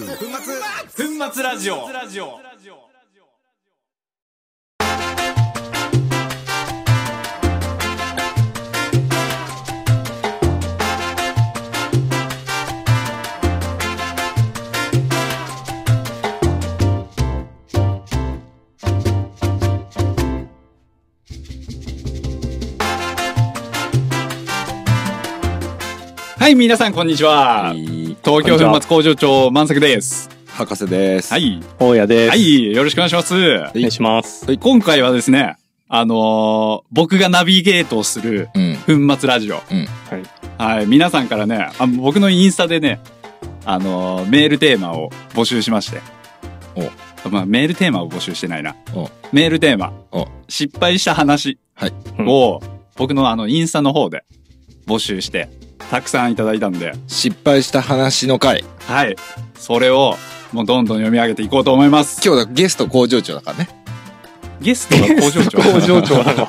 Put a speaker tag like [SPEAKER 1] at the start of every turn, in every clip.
[SPEAKER 1] 粉末ラジオはい皆さんこんにちは東京粉末工場長満作です
[SPEAKER 2] 博士です。
[SPEAKER 1] は。い
[SPEAKER 3] 大家です。
[SPEAKER 1] は。いよろしくお願いします
[SPEAKER 3] お願いします。
[SPEAKER 1] 今回はですね、あのー僕がナビゲートをする
[SPEAKER 2] うん。
[SPEAKER 1] 粉末ラジオ。
[SPEAKER 2] うん
[SPEAKER 1] はい。はい。皆さんからね、あ僕のインスタでね、あのーメールテーマを募集しまして。まあ、メールテーマを募集してないな
[SPEAKER 2] お。
[SPEAKER 1] メールテーマ
[SPEAKER 2] お。
[SPEAKER 1] 失敗した話。
[SPEAKER 2] はい
[SPEAKER 1] を、僕のあの、インスタの方で募集して、たくさんいただいたんで、
[SPEAKER 2] 失敗した話の回。
[SPEAKER 1] はい。それを、もうどんどん読み上げていこうと思います。
[SPEAKER 2] 今日だ、ゲスト工場長 だからね。
[SPEAKER 1] ゲストが工場長。
[SPEAKER 3] 工場長なの。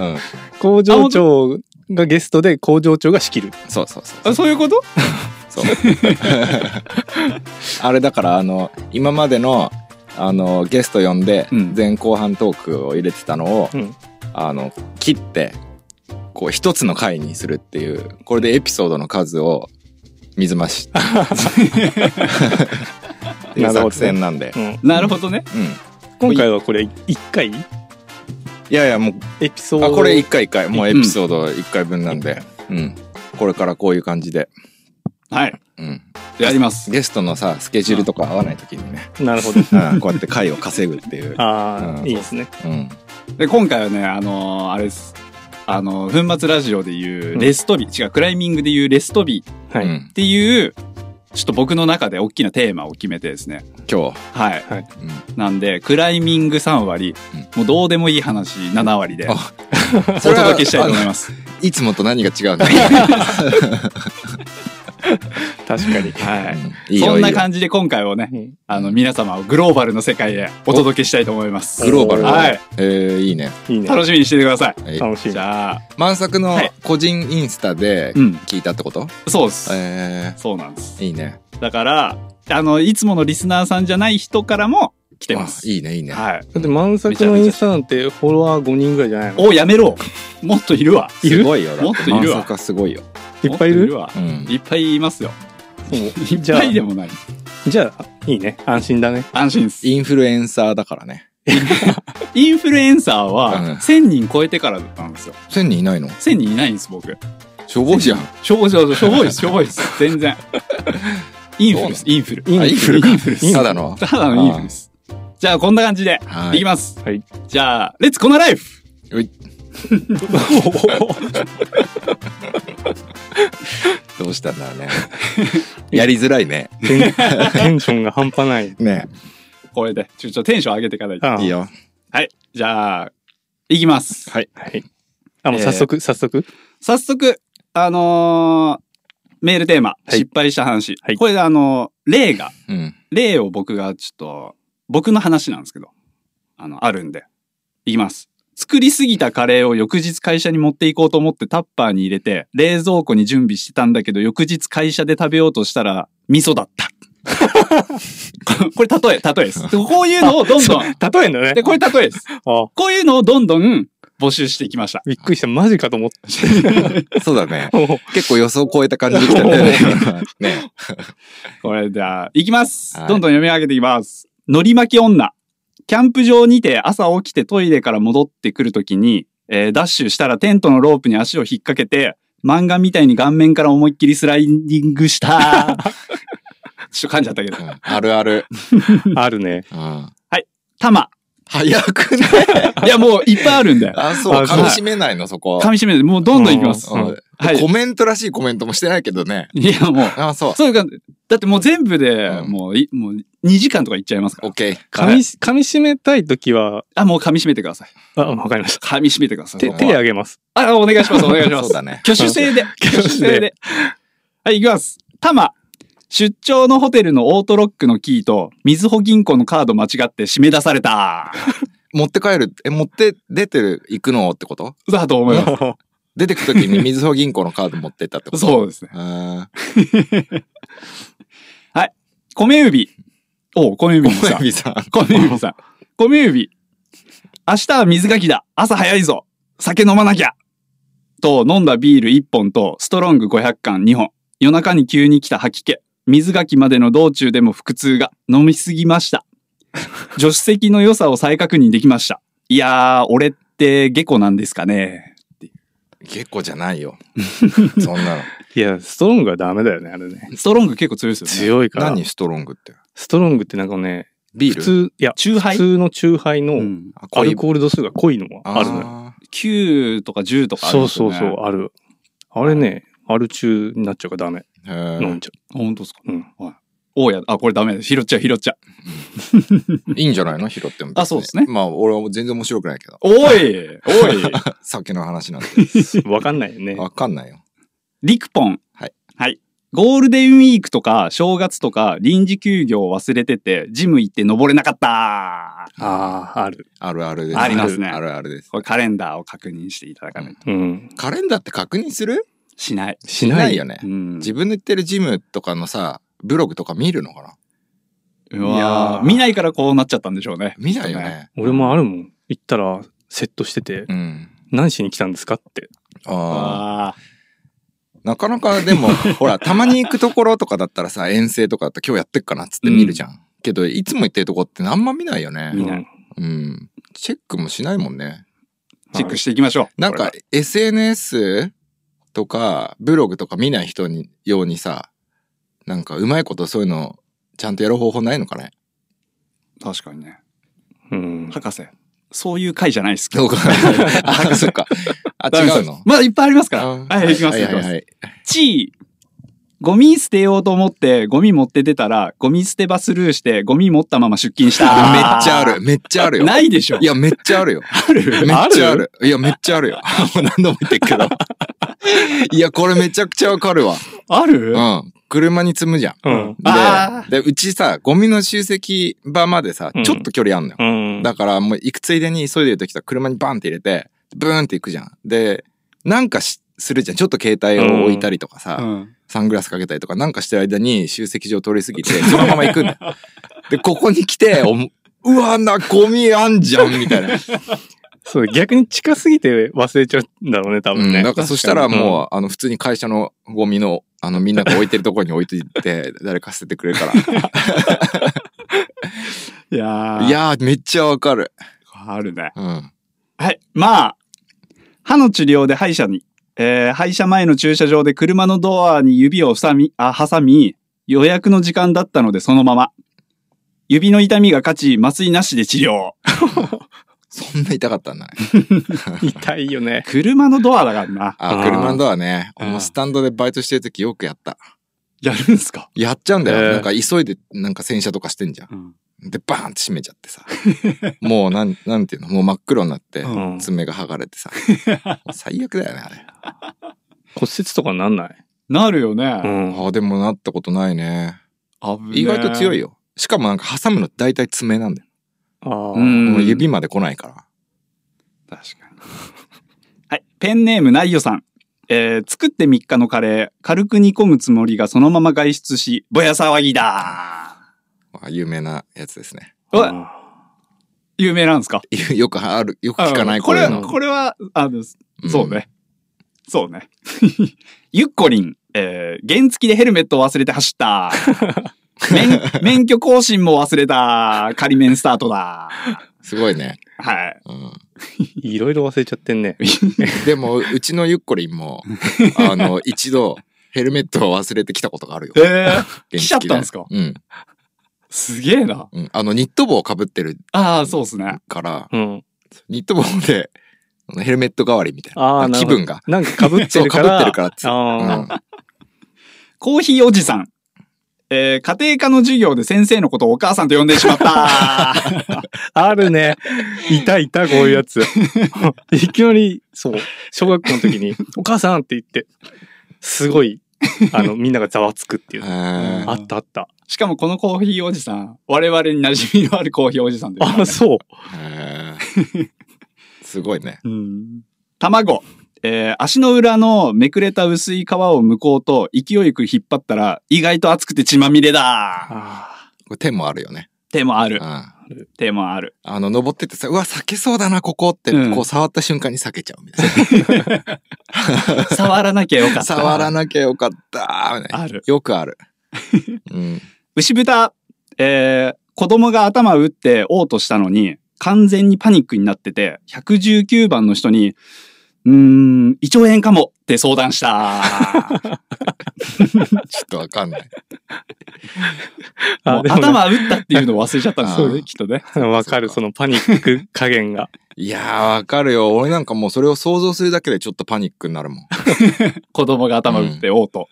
[SPEAKER 2] うん。
[SPEAKER 3] 工場長がゲストで工場長が仕切る。
[SPEAKER 2] そうそう そう。
[SPEAKER 1] あそういうこと
[SPEAKER 2] そう あれだから、あの、今までの、あの、ゲスト呼んで、
[SPEAKER 1] うん
[SPEAKER 2] 前後半トークを入れてたのを、
[SPEAKER 3] うん
[SPEAKER 2] あの、切って、こう、一つの回にするっていう、これでエピソードの数を、水 増し。っていう作戦なんで。
[SPEAKER 1] なるほどね。
[SPEAKER 2] うん。
[SPEAKER 3] 今回はこれ一回
[SPEAKER 2] いやいや、もう、
[SPEAKER 3] エピソード。
[SPEAKER 2] あこれ一回一回もうエピソード一回分なんで、うんこれからこういう感じで、
[SPEAKER 1] はい。
[SPEAKER 2] うん、
[SPEAKER 1] やります。
[SPEAKER 2] ゲストのさスケジュールとか合わない時にね、
[SPEAKER 3] なるほど。
[SPEAKER 2] うん、こうやって回を稼ぐっていう、
[SPEAKER 3] あ
[SPEAKER 2] う
[SPEAKER 3] あ、
[SPEAKER 2] ん
[SPEAKER 3] いいですね。
[SPEAKER 2] うん、
[SPEAKER 1] で、今回はね、あのーあれです。あのー粉末ラジオでいううんレスト日、違う、クライミングでいうレスト日っ
[SPEAKER 3] は
[SPEAKER 2] う
[SPEAKER 3] い。
[SPEAKER 2] ん、
[SPEAKER 1] ていう、ちょっと僕の中で大きなテーマを決めてですね。
[SPEAKER 2] 今日、
[SPEAKER 1] はい。
[SPEAKER 2] うん、
[SPEAKER 1] なんで、クライミング3割、もうどうでもいい話7割で、
[SPEAKER 2] あ
[SPEAKER 1] お届けしたいと思い
[SPEAKER 2] す
[SPEAKER 1] ます。
[SPEAKER 2] いつもと何が違うんだ
[SPEAKER 3] 確かに。
[SPEAKER 1] はい。
[SPEAKER 2] いいよ
[SPEAKER 1] そんない感じで今回をね、
[SPEAKER 3] うん
[SPEAKER 1] あの、皆様をグローバルの世界へお届けしたいと思います。
[SPEAKER 2] いよグローバルだね
[SPEAKER 1] はい。
[SPEAKER 2] えー、いいね、
[SPEAKER 3] いいね。
[SPEAKER 1] 楽しみにしててくださ
[SPEAKER 2] はいい、
[SPEAKER 3] 楽し
[SPEAKER 1] い。
[SPEAKER 3] み。
[SPEAKER 1] じゃあ、
[SPEAKER 2] 満作の
[SPEAKER 1] はい
[SPEAKER 2] 個人インスタで
[SPEAKER 1] うん。
[SPEAKER 2] 聞いたってこと、
[SPEAKER 1] そうです。
[SPEAKER 2] え
[SPEAKER 1] そうなんです。
[SPEAKER 2] ー、いいね
[SPEAKER 1] だから、あの、いつものリスナーさんじゃない人からも来てます。
[SPEAKER 2] あいいねいいね
[SPEAKER 1] はい。
[SPEAKER 3] だって満作のインスタなんてフォロワー5人ぐらいじゃないの
[SPEAKER 1] お、やめろもっといるわ。
[SPEAKER 2] すごいよ
[SPEAKER 1] もっといるわ
[SPEAKER 2] 満作はすごいよ、
[SPEAKER 3] いっぱいい
[SPEAKER 1] も
[SPEAKER 3] る
[SPEAKER 1] わ
[SPEAKER 2] うん、
[SPEAKER 1] いっぱいいますよ。
[SPEAKER 3] そう
[SPEAKER 1] いっぱいでもない。
[SPEAKER 3] じゃあ、いいね。安心だ ね。
[SPEAKER 1] 安心です。
[SPEAKER 2] インフルエンサーだからね
[SPEAKER 1] インフルエンサー
[SPEAKER 2] うん
[SPEAKER 1] は、1000人超えてからだったんですよ。
[SPEAKER 2] 1000人いないの
[SPEAKER 1] 1000人いないんです、僕。
[SPEAKER 2] しょぼいじゃん
[SPEAKER 1] しょぼい、しょぼい、しょぼいです、しょぼいです。全然。インフルです、インフル。
[SPEAKER 3] イン
[SPEAKER 2] あインフルか
[SPEAKER 1] インフルです
[SPEAKER 2] ただの
[SPEAKER 1] ただのインフルです。じゃあ、こんな感じで、
[SPEAKER 2] はい
[SPEAKER 1] きます。
[SPEAKER 3] はい。
[SPEAKER 1] じゃあ、レッツこのライフ
[SPEAKER 2] よいどうしたんだ ろうね。やりづらいね。
[SPEAKER 3] テンテンションが半端ない。
[SPEAKER 2] ね
[SPEAKER 1] これで、ちょ、ちょ、テンション上げていかないと。
[SPEAKER 3] ああ
[SPEAKER 2] いい。よ。
[SPEAKER 1] はい。じゃあ、いきます。
[SPEAKER 2] はい。
[SPEAKER 3] はい。あ、もう早速、早速。
[SPEAKER 1] 早速、あのーメールテーマ、
[SPEAKER 3] はい
[SPEAKER 1] 失敗した話。
[SPEAKER 3] はい
[SPEAKER 1] これであのー例が、
[SPEAKER 2] うん。
[SPEAKER 1] 例を僕がちょっと、僕の話なんですけど、あの、あるんで。いきます。作りすぎたカレーを翌日会社に持っていこうと思ってタッパーに入れて、冷蔵庫に準備してたんだけど、翌日会社で食べようとしたら、味噌だった。 これ例え、例えです。こういうのをどんどん、
[SPEAKER 3] 例えんだね
[SPEAKER 1] で、。これ例えです。
[SPEAKER 3] ああ
[SPEAKER 1] こういうのをどんどん募集していきました。
[SPEAKER 3] びっくりした。マジかと思 った。
[SPEAKER 2] そうだね。
[SPEAKER 3] おう
[SPEAKER 2] 結構予想を超えた感じできたね。 ね
[SPEAKER 1] これでは、いきます、
[SPEAKER 2] はい
[SPEAKER 1] どんどん読み上げていきます。のり巻き女。キャンプ場にて朝起きてトイレから戻ってくるときに、えーダッシュしたらテントのロープに足を引っ掛けて、漫画みたいに顔面から思いっきりスライディングした。ちょっと噛んじゃったけど
[SPEAKER 2] う。んあるある。
[SPEAKER 3] あるね。
[SPEAKER 2] うん
[SPEAKER 1] 玉。
[SPEAKER 2] 早く ね。
[SPEAKER 1] いや、もういっぱいある んで。
[SPEAKER 2] あ、そう。
[SPEAKER 3] あ
[SPEAKER 2] 噛
[SPEAKER 3] そ
[SPEAKER 2] み
[SPEAKER 3] う
[SPEAKER 2] 締めないの、そこ。
[SPEAKER 1] 噛み締めて、もうどんどんいきます。
[SPEAKER 2] うん
[SPEAKER 3] うん
[SPEAKER 1] はい
[SPEAKER 2] コメントらしいコメントもしてないけどね。
[SPEAKER 1] いや、もう。
[SPEAKER 2] あ、そう。
[SPEAKER 1] そういう感じ。だってもう全部で、
[SPEAKER 2] うん
[SPEAKER 1] もうい、もう2時間とかいっちゃいますか
[SPEAKER 2] オ
[SPEAKER 1] ら
[SPEAKER 2] ッ。ケー。
[SPEAKER 3] 噛み、噛み締めたいときは、
[SPEAKER 1] あ、もう噛み締めてください。
[SPEAKER 3] あ、わかりました。
[SPEAKER 1] 噛み締めてください。
[SPEAKER 3] 手、
[SPEAKER 2] そう
[SPEAKER 3] 手あげ ます。
[SPEAKER 1] あ、お願いします、お願いしま
[SPEAKER 2] そ
[SPEAKER 1] す
[SPEAKER 2] う。だね。
[SPEAKER 1] 挙手制で。 挙手
[SPEAKER 3] 手
[SPEAKER 1] 制
[SPEAKER 3] 制
[SPEAKER 1] で
[SPEAKER 3] で。
[SPEAKER 1] はい、行きます。タマ。出張のホテルのオートロックのキーと、みずほ銀行のカード間違って締め出された。
[SPEAKER 2] 持って帰る。え、持って出てる、行くのってこと
[SPEAKER 1] だと思います。
[SPEAKER 2] 出てく時に水穂銀行のカード持ってったっ てこと
[SPEAKER 1] そうですね。
[SPEAKER 2] あー
[SPEAKER 1] 米指。おう米指さん。
[SPEAKER 2] 小指さん。
[SPEAKER 1] 米指さん。米指。明日は水がきだ。朝早いぞ。酒飲まなきゃ。と、飲んだビール1本と、ストロング500缶2本。夜中に急に来た吐き気。水がきまでの道中でも腹痛が。飲みすぎました。助手席の良さを再確認できました。いやー、俺って下戸なんですかね。
[SPEAKER 2] 結構じゃないよ。そんなの。
[SPEAKER 3] いや、ストロングはダメだよね、あれね。
[SPEAKER 1] ストロング結構強いですよね。
[SPEAKER 3] 強いから。
[SPEAKER 2] 何ストロングって。
[SPEAKER 3] ストロングってなんかね、
[SPEAKER 2] ビー
[SPEAKER 3] 普
[SPEAKER 2] ル
[SPEAKER 3] 通、いや、
[SPEAKER 1] 中
[SPEAKER 3] 普
[SPEAKER 1] 杯
[SPEAKER 3] 通のチューハイ
[SPEAKER 1] う
[SPEAKER 3] の
[SPEAKER 1] ん、
[SPEAKER 2] あ
[SPEAKER 3] ア
[SPEAKER 2] 濃い
[SPEAKER 3] ルコール度数が濃いのがあるのよ。
[SPEAKER 2] あ
[SPEAKER 1] 9とか10とかあるん
[SPEAKER 3] そう
[SPEAKER 1] ですよ
[SPEAKER 3] そう
[SPEAKER 1] ね。
[SPEAKER 3] そう、ある。あれね、アル中になっちゃうからダメ。
[SPEAKER 2] ーへ
[SPEAKER 3] 飲
[SPEAKER 2] ー
[SPEAKER 3] んじゃ
[SPEAKER 1] 本当ですか
[SPEAKER 3] う。うん。
[SPEAKER 1] おや、あ、これダメです。拾っちゃう、拾っちゃう。
[SPEAKER 2] いいんじゃないの拾っても。
[SPEAKER 1] あそうですね
[SPEAKER 2] まあ、俺はもう全然面白くないけど。
[SPEAKER 1] おいお い
[SPEAKER 2] 酒の話なんて。
[SPEAKER 3] わかんないよね。
[SPEAKER 2] わかんないよ。
[SPEAKER 1] リクポン。
[SPEAKER 2] はい。
[SPEAKER 1] はい。ゴールデンウィークとか、正月とか、臨時休業忘れてて、ジム行って登れなかった
[SPEAKER 3] ああ、ある。
[SPEAKER 2] あるあるです。
[SPEAKER 1] ありますね
[SPEAKER 2] あるあるです。
[SPEAKER 1] これカレンダーを確認していただかないと。
[SPEAKER 3] うん。
[SPEAKER 2] カレンダーって確認する
[SPEAKER 1] しない。
[SPEAKER 3] しない
[SPEAKER 2] よね
[SPEAKER 1] う。ん。
[SPEAKER 2] 自分で行ってるジムとかのさ、ブログとか見るのかな
[SPEAKER 1] う
[SPEAKER 3] いや
[SPEAKER 1] わ
[SPEAKER 3] ー
[SPEAKER 1] ー見ないからこうなっちゃったんでしょうね。
[SPEAKER 2] 見ないよね。
[SPEAKER 3] 俺もあるもん。行ったら、セットしてて、
[SPEAKER 2] うん。
[SPEAKER 3] 何しに来たんですかって。
[SPEAKER 2] ああ。
[SPEAKER 1] あ
[SPEAKER 2] なかなかでも、ほら、たまに行くところとかだったらさ、遠征とかだって今日やってっかなっつって見るじゃん。けど、いつも行ってるとこってあんま見ないよ
[SPEAKER 1] 見
[SPEAKER 2] ね。
[SPEAKER 1] ない
[SPEAKER 3] うん
[SPEAKER 2] うん。チェックもしないもんね。
[SPEAKER 1] ーチェックしていきましょ
[SPEAKER 2] なんか、SNS とか、ブログとか見ない人に、ようにさ、なんか、うまいことそういうの、ちゃんとやる方法ないのかね
[SPEAKER 1] う。確かにね。
[SPEAKER 3] うん。
[SPEAKER 1] 博士、そういう回じゃないですけ
[SPEAKER 2] どうか。あ、そっか。あ、
[SPEAKER 1] ダメです
[SPEAKER 2] 違うの
[SPEAKER 1] まだいっぱいありますから。
[SPEAKER 2] あ
[SPEAKER 1] はい、行きます、
[SPEAKER 2] は
[SPEAKER 1] 行
[SPEAKER 2] い
[SPEAKER 1] き
[SPEAKER 2] は
[SPEAKER 1] ま
[SPEAKER 2] い
[SPEAKER 1] す。
[SPEAKER 2] はい。
[SPEAKER 1] ちゴミ捨てようと思って、ゴミ持って出たら、ゴミ捨て場スルーして、ゴミ持ったまま出勤した。めっ
[SPEAKER 2] めっちゃある。めっちゃあるよ。
[SPEAKER 1] ないでしょ
[SPEAKER 2] いや、めっちゃあるよ。
[SPEAKER 1] ある
[SPEAKER 2] めっちゃある。いや、めっちゃ あるよ。もう何度も言ってるけど。 いや、これめちゃくちゃわかるわ。
[SPEAKER 1] ある
[SPEAKER 2] うん。車に積むじゃん。
[SPEAKER 3] うん。
[SPEAKER 1] あ
[SPEAKER 2] で、で、うちさ、ゴミの集積場までさ
[SPEAKER 3] う、ん
[SPEAKER 2] ちょっと距離あんのよ。
[SPEAKER 3] うん。
[SPEAKER 2] だからもう行くついでに急いでる時さ、車にバンって入れて、ブーンって行くじゃん。で、なんかしするじゃん。ちょっと携帯を置いたりとかさ、
[SPEAKER 1] うん。
[SPEAKER 2] サングラスかけたりとかなんかしてる間に集積所通り過ぎて、そのまま行くんだよ。で、ここに来て、おもうわ、な、ゴミあんじゃん、みたいな。
[SPEAKER 3] そう、逆に近すぎて忘れちゃうんだろうね、多
[SPEAKER 2] う
[SPEAKER 3] 分
[SPEAKER 2] ん、
[SPEAKER 3] ね。
[SPEAKER 2] なんかそしたらもう、あの、普通に会社のゴミの、あの、みんなが置いてるところに置いていって、誰か捨ててくれるか
[SPEAKER 1] いや
[SPEAKER 2] ら。
[SPEAKER 1] ー
[SPEAKER 2] いやー、めっちゃわかる。
[SPEAKER 1] あるね。
[SPEAKER 2] うん。
[SPEAKER 1] はい。まあ、歯の治療で歯医者に、えー歯医者前の駐車場で車のドアに指を塞み、あ、挟み、予約の時間だったのでそのまま。指の痛みが勝ち、麻酔なしで治療。
[SPEAKER 2] そんな痛かったんだね。
[SPEAKER 3] うん。痛いよね。
[SPEAKER 1] 車のドアだからな。
[SPEAKER 2] あ、
[SPEAKER 3] あー
[SPEAKER 2] 車のドアね。
[SPEAKER 1] うん
[SPEAKER 2] 俺もスタンドでバイトしてる時よくやった。
[SPEAKER 1] やるんすか
[SPEAKER 2] やっちゃうんだよ。
[SPEAKER 3] えー
[SPEAKER 2] なんか急いで、なんか洗車とかしてんじゃん。
[SPEAKER 1] うん。
[SPEAKER 2] で、バーンって閉めちゃってさ。 もう、なん、なんていうのもう真っ黒になって、
[SPEAKER 3] うん
[SPEAKER 2] 爪が剥がれてさ。 最悪だよね、あれ。
[SPEAKER 3] 骨折とかなんない
[SPEAKER 1] なるよ
[SPEAKER 3] う
[SPEAKER 1] ね。
[SPEAKER 3] ん。
[SPEAKER 2] ああ、でもなったことないね。
[SPEAKER 1] 危ねえ
[SPEAKER 2] 意外と強いよ。しかもなんか挟むの大体爪なんだよ。
[SPEAKER 3] ああ。
[SPEAKER 1] うん
[SPEAKER 2] もう指まで来ないから。
[SPEAKER 1] 確かに。 はい。ペンネームないよさん。えー、作って3日のカレー、軽く煮込むつもりがそのまま外出し、ぼや騒ぎだ
[SPEAKER 2] あ有名なやつですね。
[SPEAKER 1] おい
[SPEAKER 3] あ
[SPEAKER 1] 有名なんですか
[SPEAKER 2] よくある、よく聞かない
[SPEAKER 1] これ
[SPEAKER 2] ういう
[SPEAKER 1] は、
[SPEAKER 2] の
[SPEAKER 1] これは、あの、
[SPEAKER 2] ん
[SPEAKER 1] そうね。そうね。 ゆっこりん、えー、原付きでヘルメットを忘れて走 った。免免許更新も忘れた。仮免スタートだ。
[SPEAKER 2] すごいね。
[SPEAKER 1] はい。
[SPEAKER 2] うん
[SPEAKER 3] いろいろ忘れちゃってんね。
[SPEAKER 2] でも、うちのゆっこりんも、あの、一度、ヘルメットを忘れてきたことがあるよ。
[SPEAKER 1] えー、
[SPEAKER 2] 原付で
[SPEAKER 1] 来ちゃったんすか
[SPEAKER 2] うん。
[SPEAKER 1] すげえな。
[SPEAKER 2] うん。あの、ニット帽をかぶってる
[SPEAKER 1] ああ、そうですね。
[SPEAKER 2] から、
[SPEAKER 3] うん。
[SPEAKER 2] ニット帽で、あのヘルメット代わりみたいな。
[SPEAKER 3] あーなる
[SPEAKER 2] 気
[SPEAKER 3] ほど
[SPEAKER 2] 分が。
[SPEAKER 3] なんか被って
[SPEAKER 2] そう、
[SPEAKER 3] る
[SPEAKER 2] か
[SPEAKER 3] か
[SPEAKER 2] ぶ
[SPEAKER 3] ら。
[SPEAKER 2] ってるからっつって。。
[SPEAKER 3] ああ。
[SPEAKER 1] コーヒーおじさん。えー家庭科の授業で先生のことをお母さんと呼んでしまった。
[SPEAKER 3] あるね。いたいた、こういうやつ。いきなり、そう、小学校の時に、お母さんって言って、すごい、あの、みんながざわつくっていううんの。
[SPEAKER 2] へー
[SPEAKER 3] あったあった。
[SPEAKER 1] しかもこのコーヒーおじさん、我々に馴染みのあるコーヒーおじさんです、
[SPEAKER 3] あ、そう。
[SPEAKER 2] へーすごいね。
[SPEAKER 1] うん。卵。えー足の裏のめくれた薄い皮を剥こうと勢いよく引っ張ったら意外と熱くて血まみれだ
[SPEAKER 3] あ
[SPEAKER 2] これ手もあるよね。
[SPEAKER 1] 手もあ
[SPEAKER 2] う
[SPEAKER 1] る
[SPEAKER 2] ん。。あ
[SPEAKER 1] 手もある。
[SPEAKER 2] の、登ってってさ、うわ、避けそうだな、ここって、
[SPEAKER 1] うん
[SPEAKER 2] こう触った瞬間に避けちゃうみたい
[SPEAKER 1] 触らなきゃよかっ
[SPEAKER 2] な。
[SPEAKER 1] た。
[SPEAKER 2] 触らなきゃよかった、みたいな。
[SPEAKER 1] ある。
[SPEAKER 2] よくある。うん。
[SPEAKER 1] 牛豚、えー、子供が頭打って嘔吐したのに、完全にパニックになってて、119番の人に、うーん、胃腸炎かもって相談した。
[SPEAKER 2] ちょっとわかんない。
[SPEAKER 3] ー
[SPEAKER 1] もう
[SPEAKER 3] あ、でもね、
[SPEAKER 1] 頭打ったっていうのを忘れちゃったんです
[SPEAKER 2] あ
[SPEAKER 1] よ
[SPEAKER 2] ー
[SPEAKER 1] ね、きっとね。
[SPEAKER 3] わかる、そのパニック加減 が。
[SPEAKER 2] いやー、わかるよ。俺なんかもうそれを想像するだけでちょっとパニックになるもん。
[SPEAKER 1] 子供が頭打って嘔吐。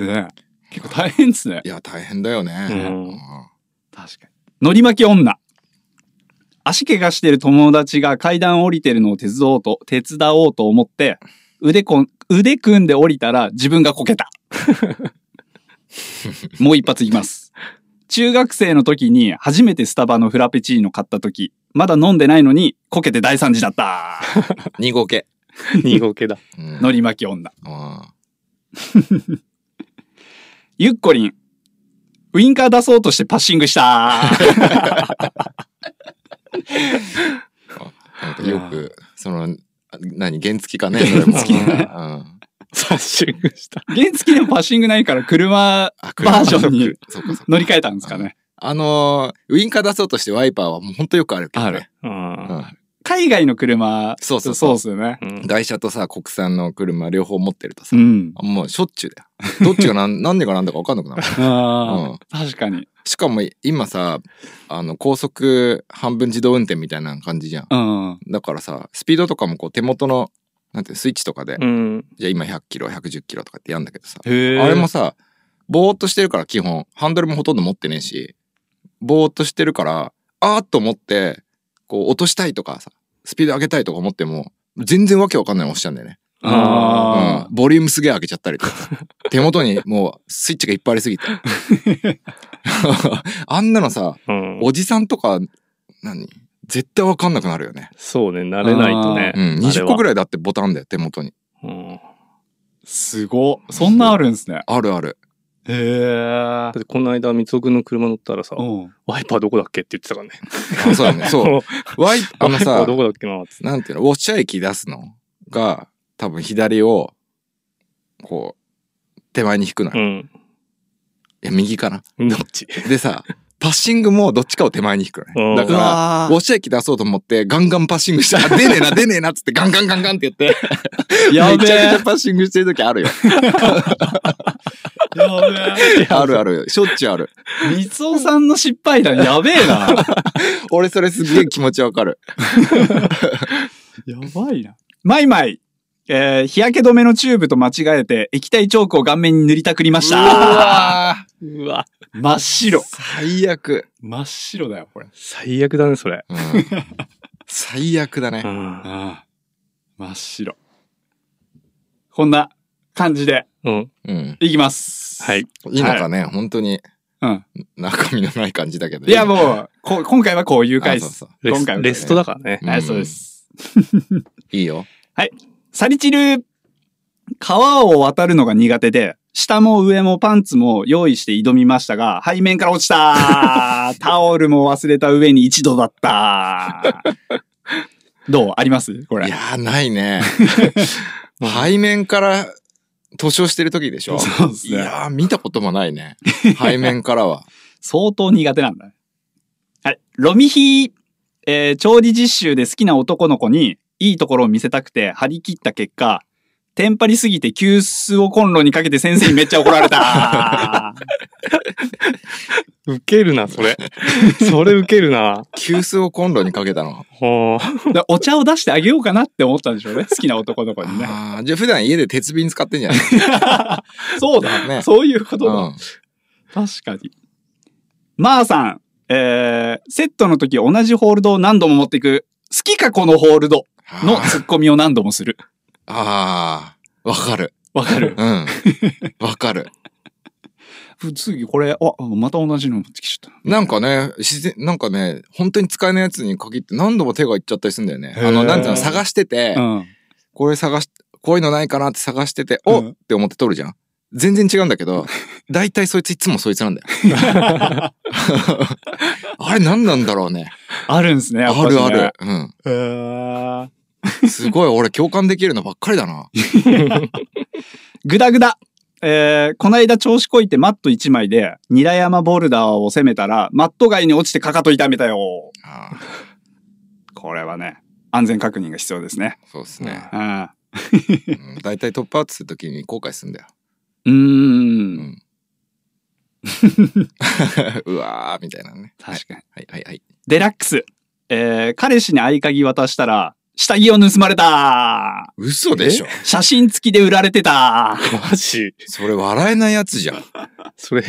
[SPEAKER 2] うん。
[SPEAKER 1] ね結構大変ですね。
[SPEAKER 2] いや、大変だよね。
[SPEAKER 3] うん
[SPEAKER 1] 確かに。のり巻き女。足怪我してる友達が階段降りてるのを手伝おうと、手伝おうと思って、腕こん、腕組んで降りたら自分がこけた。もう一発いきます。中学生の時に初めてスタバのフラペチーノ買った時、まだ飲んでないのにこけて大惨事だった。
[SPEAKER 2] 二号系。
[SPEAKER 3] 二号系だ。
[SPEAKER 2] うん
[SPEAKER 1] のり巻き女。
[SPEAKER 2] うん
[SPEAKER 1] ゆっこりん。ウインカー出そうとしてパッシングした。
[SPEAKER 2] なんかよく、その、あ何、原付きかねそれも
[SPEAKER 3] 原付
[SPEAKER 2] う
[SPEAKER 3] き
[SPEAKER 2] ん
[SPEAKER 3] 刷新した。
[SPEAKER 1] 原付でもパッシングないから車
[SPEAKER 2] あ
[SPEAKER 1] バージョンに
[SPEAKER 2] そうかそうか
[SPEAKER 1] 乗り換えたんですかね。
[SPEAKER 2] あのー、ウインカー出そうとしてワイパーはもうほんとよくあるけど、ね。
[SPEAKER 1] ある
[SPEAKER 3] うん。
[SPEAKER 2] うん
[SPEAKER 1] 海外の車、
[SPEAKER 2] そうそう
[SPEAKER 1] そ
[SPEAKER 2] そうう
[SPEAKER 1] っすよね。
[SPEAKER 3] うん
[SPEAKER 2] 台車とさ、国産の車両方持ってると
[SPEAKER 1] う
[SPEAKER 2] さ、
[SPEAKER 1] ん。
[SPEAKER 2] もうしょっちゅうだよ。どっちがなん、なんでかなんだかわかん なくなる。
[SPEAKER 1] ああ、確かに。
[SPEAKER 2] しかも今さ、あの、高速半分自動運転みたいな感じじゃん。
[SPEAKER 1] うん。
[SPEAKER 2] だからさ、スピードとかもこう手元の、なんていうのスイッチとかで、
[SPEAKER 3] うん。
[SPEAKER 2] じゃあ今100キロ、110キロとかってやんだけどさ、
[SPEAKER 1] へえ。
[SPEAKER 2] あれもさ、ぼーっとしてるから基本、ハンドルもほとんど持ってねえし、ぼーっとしてるから、あーっと思って、こう落としたいとかさ、スピード上げたいとか思っても、全然わけわかんないの押しちゃうんだよね。うん
[SPEAKER 1] あ。
[SPEAKER 2] ボリュームすげえ上げちゃったりとか。手元にもうスイッチがいっぱいありすぎて。 あんなのさ、
[SPEAKER 3] うん。
[SPEAKER 2] おじさんとか、何絶対わかんなくなるよね。
[SPEAKER 3] そうね、慣れないとね。
[SPEAKER 2] うん。20個ぐ
[SPEAKER 3] ら
[SPEAKER 2] らいだってボタンだよ、手元に。
[SPEAKER 3] い。うん
[SPEAKER 1] あ。すご。そんなあるんですね。
[SPEAKER 2] あるある。
[SPEAKER 1] へえ
[SPEAKER 3] だっ。てこの間、三尾くんの車乗ったらさ、
[SPEAKER 1] うん。
[SPEAKER 3] ワイパーどこだっけって言ってたからね。
[SPEAKER 2] あそうだ ね。そう。
[SPEAKER 3] う。
[SPEAKER 2] ワイ、あ
[SPEAKER 3] ワ
[SPEAKER 2] の
[SPEAKER 3] イパ
[SPEAKER 2] さ
[SPEAKER 3] ー、どこだっけなって。
[SPEAKER 2] なんていうの、ウォッシャー液出すのが、多分左を、こう、手前に引くのよ。
[SPEAKER 3] う
[SPEAKER 2] い
[SPEAKER 3] ん。
[SPEAKER 2] や、右かな。
[SPEAKER 3] どっち
[SPEAKER 2] で さ、パッシングもどっちかを手前に引くの
[SPEAKER 3] うん
[SPEAKER 2] ね。
[SPEAKER 1] う
[SPEAKER 2] だから、
[SPEAKER 1] わ
[SPEAKER 2] ウォッシャー液出そうと思って、ガンガンパッシングして、あ出ねえ な、出ねえなっつって、ガンガンガンガンって言って、
[SPEAKER 1] ーや
[SPEAKER 2] め
[SPEAKER 1] べ
[SPEAKER 2] ちゃく
[SPEAKER 1] え
[SPEAKER 2] ちゃ。パッシングしてる時あるよ。
[SPEAKER 1] やべえ。
[SPEAKER 2] あるある。しょっちゅうある。
[SPEAKER 1] 三尾さんの失敗談、やべえな。
[SPEAKER 2] 俺それすげえ気持ちわかる。
[SPEAKER 1] やばいな。マイマイ。えー日焼け止めのチューブと間違えて液体チョークを顔面に塗りたくりまし
[SPEAKER 2] う
[SPEAKER 1] た。
[SPEAKER 2] わー
[SPEAKER 3] うわ。
[SPEAKER 1] 真っ白。
[SPEAKER 2] 最悪。
[SPEAKER 1] 真っ白だよ、これ。
[SPEAKER 3] 最悪だね、それ。
[SPEAKER 2] うん 最悪だね
[SPEAKER 3] う。ん。
[SPEAKER 1] ああ。真っ白。こんな感じで
[SPEAKER 3] うん。
[SPEAKER 2] うん。
[SPEAKER 1] いきます。
[SPEAKER 3] はい。。
[SPEAKER 2] いいのかね、本当に。
[SPEAKER 1] うん
[SPEAKER 2] 中身のない感じだけど。
[SPEAKER 1] いや、もう、こ今回はこういう回で
[SPEAKER 2] あ
[SPEAKER 1] す。
[SPEAKER 2] そう
[SPEAKER 3] レ
[SPEAKER 1] 今
[SPEAKER 3] ス
[SPEAKER 1] 回は
[SPEAKER 3] レストだからね。
[SPEAKER 2] そう
[SPEAKER 1] はい、そうです。
[SPEAKER 2] いいよ。
[SPEAKER 1] サリチル。川を渡るのが苦手で、下も上もパンツも用意して挑みましたが、背面から落ち たタオルも忘れた上に一度だったどうありますこ
[SPEAKER 2] い
[SPEAKER 1] れ
[SPEAKER 2] や。ー、ない ね。
[SPEAKER 3] うん
[SPEAKER 2] 背面から図書してる時でしょ。
[SPEAKER 1] そうです
[SPEAKER 2] い
[SPEAKER 1] ね。
[SPEAKER 2] やー、見たこともないね。背面から は。
[SPEAKER 1] 相当苦手なんだね。はい。ロミヒー、えー調理実習で好きな男の子にいいところを見せたくて張り切った結果、テンパりすぎて急須をコンロにかけて先生にめっちゃ怒ら れた。
[SPEAKER 3] ウケるな、 それ。それウケるな。
[SPEAKER 2] 急須をコンロにかけたの。
[SPEAKER 3] ほう。
[SPEAKER 1] でお茶を出してあげようかなって思ったんでしょうね。好きな男の子にね。
[SPEAKER 2] あーじゃあ普段家で鉄瓶使ってんじ ゃない
[SPEAKER 1] そうだ。
[SPEAKER 2] ね
[SPEAKER 1] そういうことだ。
[SPEAKER 2] うん。
[SPEAKER 1] 確かに。まー、さん、えーセットの時同じホールドを何度も持っていく。好きかこのホールドの
[SPEAKER 2] あー
[SPEAKER 1] ツッコミを何度もする。
[SPEAKER 2] あー、わかる。
[SPEAKER 1] わかる
[SPEAKER 2] うん。わかる。
[SPEAKER 1] 次これ、あ、また同じの持ってきちゃっ
[SPEAKER 2] なんかね、自然、なんかね、本当に使えないやつに限って何度も手がいっちゃったりするんだよね。あの、なんていうの、探してて、
[SPEAKER 1] た。うん。
[SPEAKER 2] これ探し、こういうのないかなって探してて、お
[SPEAKER 1] うん
[SPEAKER 2] っって思って撮るじゃん。全然違うんだ けど、だいたいそいついつもそいつなんだよ。あれ何なんだろうね。
[SPEAKER 1] あるんすね、やっぱ
[SPEAKER 2] あ
[SPEAKER 1] しね
[SPEAKER 2] るある。。う
[SPEAKER 1] へー
[SPEAKER 2] ん。すごい、俺共感できるのばっかりだな。
[SPEAKER 1] ぐだぐだ。えー、こないだ調子こいてマット1枚で、ニラ山ボルダーを攻めたら、マット外に落ちてかかと痛めたよ。
[SPEAKER 2] あー
[SPEAKER 1] これはね、安全確認が必要ですね。
[SPEAKER 2] そうですね。
[SPEAKER 1] うん。
[SPEAKER 2] うんだいたいトップアウトするときに後悔するんだよ。
[SPEAKER 1] う。
[SPEAKER 2] うんん。うわー、みたいなね。
[SPEAKER 1] 確かに。
[SPEAKER 2] はいはいはい。
[SPEAKER 1] デラックス。えー、彼氏に合鍵渡したら、下着を盗まれた
[SPEAKER 2] 嘘でしょ。
[SPEAKER 1] 写真付きで売られてた
[SPEAKER 3] マジ
[SPEAKER 2] それ笑えないやつじゃん。
[SPEAKER 3] それ、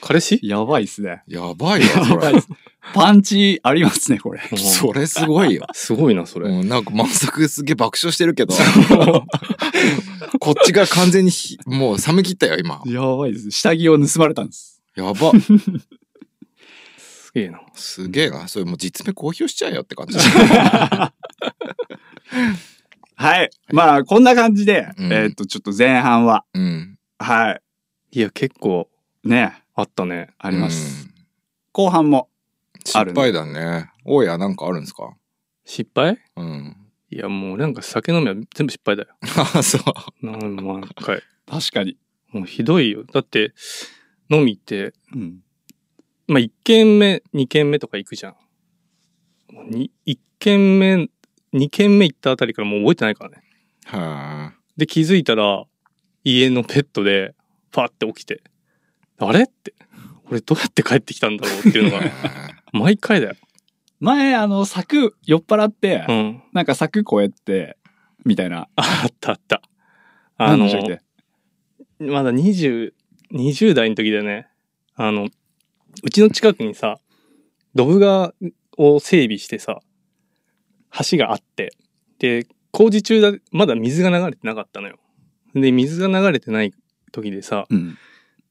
[SPEAKER 3] 彼氏
[SPEAKER 1] やばいっすね。
[SPEAKER 2] やばいわ、そ
[SPEAKER 1] やばいっ
[SPEAKER 2] れ。
[SPEAKER 1] すパンチありますね、これ。
[SPEAKER 2] それすごいよ。
[SPEAKER 3] すごいな、それ。
[SPEAKER 2] うん、なんか満足すげえ爆笑してる けど、こっちが完全にひもう冷め切ったよ、今。
[SPEAKER 1] やばいです。下着を盗まれたんです。
[SPEAKER 2] やば。
[SPEAKER 3] すげえな。
[SPEAKER 2] すげえな。それもう実名公表しちゃえよって感 じ。
[SPEAKER 1] はい。まあ、こんな感じで、
[SPEAKER 2] うん
[SPEAKER 1] えーっと、ちょっと前半は、
[SPEAKER 2] うん。
[SPEAKER 1] はい。
[SPEAKER 3] いや、結構
[SPEAKER 1] ね
[SPEAKER 3] あったね。
[SPEAKER 1] あります。
[SPEAKER 2] うん。
[SPEAKER 1] 後半も。ある
[SPEAKER 2] 失敗だね。大家なんかあるんですか
[SPEAKER 3] 失敗
[SPEAKER 2] うん。
[SPEAKER 3] いや、もうなんか酒飲みは全部失敗だよ。
[SPEAKER 2] あ、そう。
[SPEAKER 3] なん毎回。
[SPEAKER 1] 確かに。
[SPEAKER 3] もうひどいよ。だって、飲み行って、
[SPEAKER 1] うん。
[SPEAKER 3] まあ、1軒目、2軒目とか行くじゃん。もうに1軒目、2軒目行ったあたりからもう覚えてないからね。
[SPEAKER 2] はあ。
[SPEAKER 3] で、気づいたら、家のペットで、パーって起きて、あれって、俺どうやって帰ってきたんだろうっていう のが、毎回だよ。
[SPEAKER 1] 前、あの、柵、酔っ払って、
[SPEAKER 3] うん。
[SPEAKER 1] なんか柵越えて、みたいな。
[SPEAKER 3] あったあった。あの
[SPEAKER 1] 何で、したっけ
[SPEAKER 3] まだ20、20代の時でね、あの、うちの近くにさ、ドブ川を整備してさ、橋があって、で、工事中だ、まだ水が流れてなかったのよ。で、水が流れてない時でさ、
[SPEAKER 1] うん。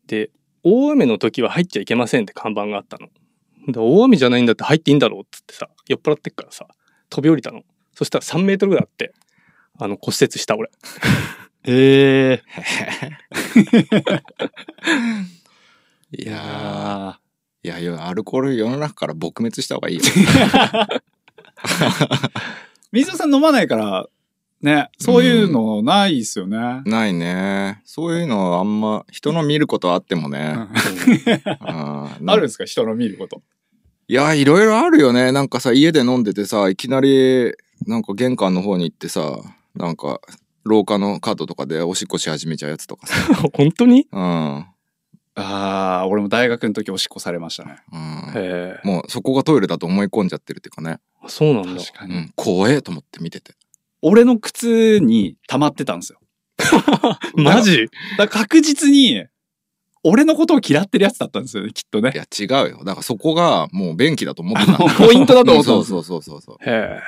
[SPEAKER 3] で、大雨の時は入っちゃいけませんって看板があったの。で、大雨じゃないんだって入っていいんだろうっつってさ、酔っ払ってっからさ、飛び降りたの。そしたら3メートルぐらいあって、あの、骨折した俺。
[SPEAKER 1] ええ
[SPEAKER 2] い
[SPEAKER 1] い
[SPEAKER 2] や
[SPEAKER 1] や
[SPEAKER 2] ー。いや、よアルコール世の中から撲滅した方がいいよ。
[SPEAKER 1] 水尾さん飲まないから、ね、そういうのないっすよね。
[SPEAKER 2] ないね。そういうのあんま、人の見ることはあっても
[SPEAKER 1] う
[SPEAKER 2] ね。
[SPEAKER 1] ん
[SPEAKER 2] あ
[SPEAKER 1] あるんですか人の見ること。
[SPEAKER 2] いや、いろいろあるよね。なんかさ、家で飲んでてさ、いきなり、なんか玄関の方に行ってさ、なんか、廊下の角とかでおしっこし始めちゃうやつとかさ。
[SPEAKER 3] 本当に
[SPEAKER 2] うん。
[SPEAKER 1] ああ、俺も大学の時おしっこされましたね。
[SPEAKER 2] うん、
[SPEAKER 3] へえ。
[SPEAKER 2] もうそこがトイレだと思い込んじゃってるっていうかね。
[SPEAKER 3] あそうなんだ。
[SPEAKER 1] 確か
[SPEAKER 2] う
[SPEAKER 1] に。
[SPEAKER 2] ん。怖えと思って見てて。
[SPEAKER 1] 俺の靴に溜まってたんですよ。
[SPEAKER 3] マジ
[SPEAKER 1] だから確実に、俺のことを嫌ってるやつだったんですよね、きっとね
[SPEAKER 2] い。や、違うよ。だからそこがもう便器だと思ってたんだ。
[SPEAKER 1] ポイントだと思
[SPEAKER 2] うん
[SPEAKER 1] ったんで
[SPEAKER 2] そう
[SPEAKER 1] す
[SPEAKER 2] そうそうそうそう。
[SPEAKER 3] へ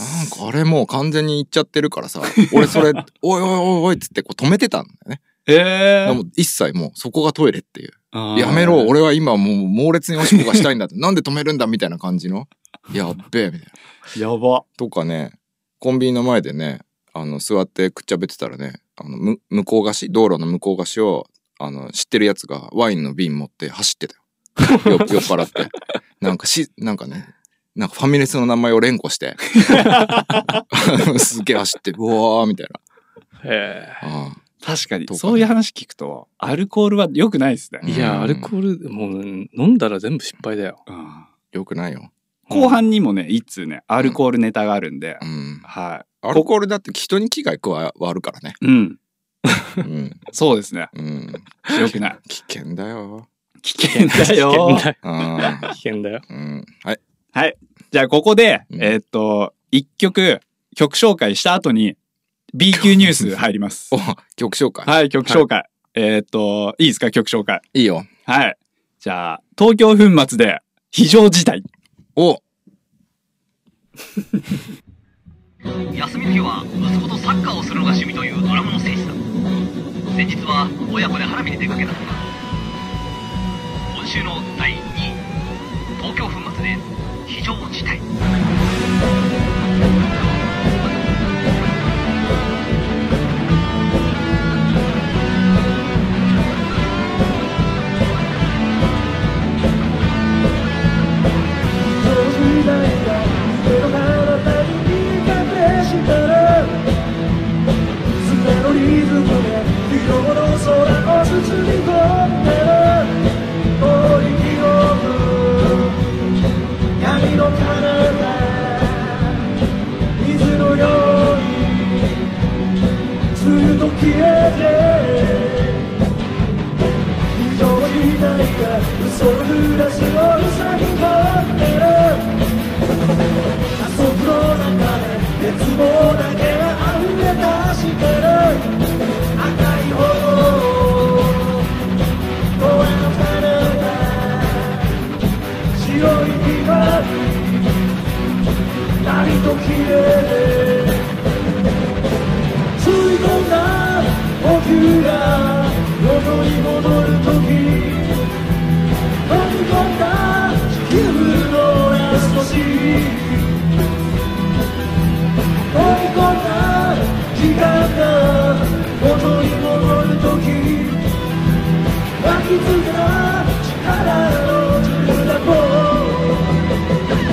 [SPEAKER 2] なんかあれもう完全に行っちゃってるからさ、俺それ、おいおいおいおいっつってこう止めてたんだよね。
[SPEAKER 1] え
[SPEAKER 2] で
[SPEAKER 1] え
[SPEAKER 2] も一切もうそこがトイレっていう。
[SPEAKER 1] あー
[SPEAKER 2] やめろ、俺は今もう猛烈におしっこがしたいんだって、 なんで止めるんだみたいな感じの。やっべえ、みたいな。
[SPEAKER 1] やば。
[SPEAKER 2] とかね、コンビニの前でね、あの、座ってくっちゃべってたらね、あの、む向こう菓子、道路の向こう菓子を、あの、知ってるやつがワインの瓶持って走ってたよ。よ 酔っ払って。なんかし、なんかね、なんかファミレスの名前を連 呼して、 すげえ走って、うわー、みたいな。
[SPEAKER 3] え。へ
[SPEAKER 2] あ
[SPEAKER 1] 確かに
[SPEAKER 2] とかね
[SPEAKER 1] そういう話聞くと、アルコールは良くないです
[SPEAKER 2] う
[SPEAKER 3] え。
[SPEAKER 1] ね。
[SPEAKER 2] ん
[SPEAKER 3] いや、アルコール、もう、飲んだら全部失敗だよ。
[SPEAKER 1] うん
[SPEAKER 2] よくないよ。
[SPEAKER 1] 後半にもね、一通ね、アルコールネタがあるんで
[SPEAKER 2] う、ん。
[SPEAKER 1] は
[SPEAKER 2] アルコールだって人に危害加わるからね。
[SPEAKER 1] い。うん。
[SPEAKER 2] うん。
[SPEAKER 1] そうですね。
[SPEAKER 2] うん。
[SPEAKER 1] 良くない。
[SPEAKER 2] 危険だよ。
[SPEAKER 1] 危険だ
[SPEAKER 3] 危
[SPEAKER 1] よ。
[SPEAKER 3] 険だよ。
[SPEAKER 2] うん。
[SPEAKER 3] 危険だよ。
[SPEAKER 2] うん。はい。
[SPEAKER 1] じゃあ、ここで、
[SPEAKER 2] うん
[SPEAKER 1] えーっと、一曲、曲紹介した後に、B 級ニュース入ります
[SPEAKER 2] お。、曲紹介。
[SPEAKER 1] はい、曲紹介。えーっと、いいですか、曲紹介。
[SPEAKER 2] いいよ。
[SPEAKER 1] はい。じゃあ、東京粉末で、非常事態。
[SPEAKER 2] お
[SPEAKER 4] 休みの日は息子とサッカーをするのが趣味というドラムの選手だ先日は親子で花火に出かけたのだ今週の第2位東京粉末で非常事態
[SPEAKER 5] り込んで氷に覆う闇の彼方水のようにずっと消えて人いないか嘘を濡らしを塞ぎ込んでるあそこの中で絶望だけあふれ出してる赤い炎を声の枯れた白い光ライト消えて吸い込んだ呼吸が喉に戻るとき飲み込んだ気分のラストシーン飲み込んだ時間が元に戻るとき湧きつけた力の銃だと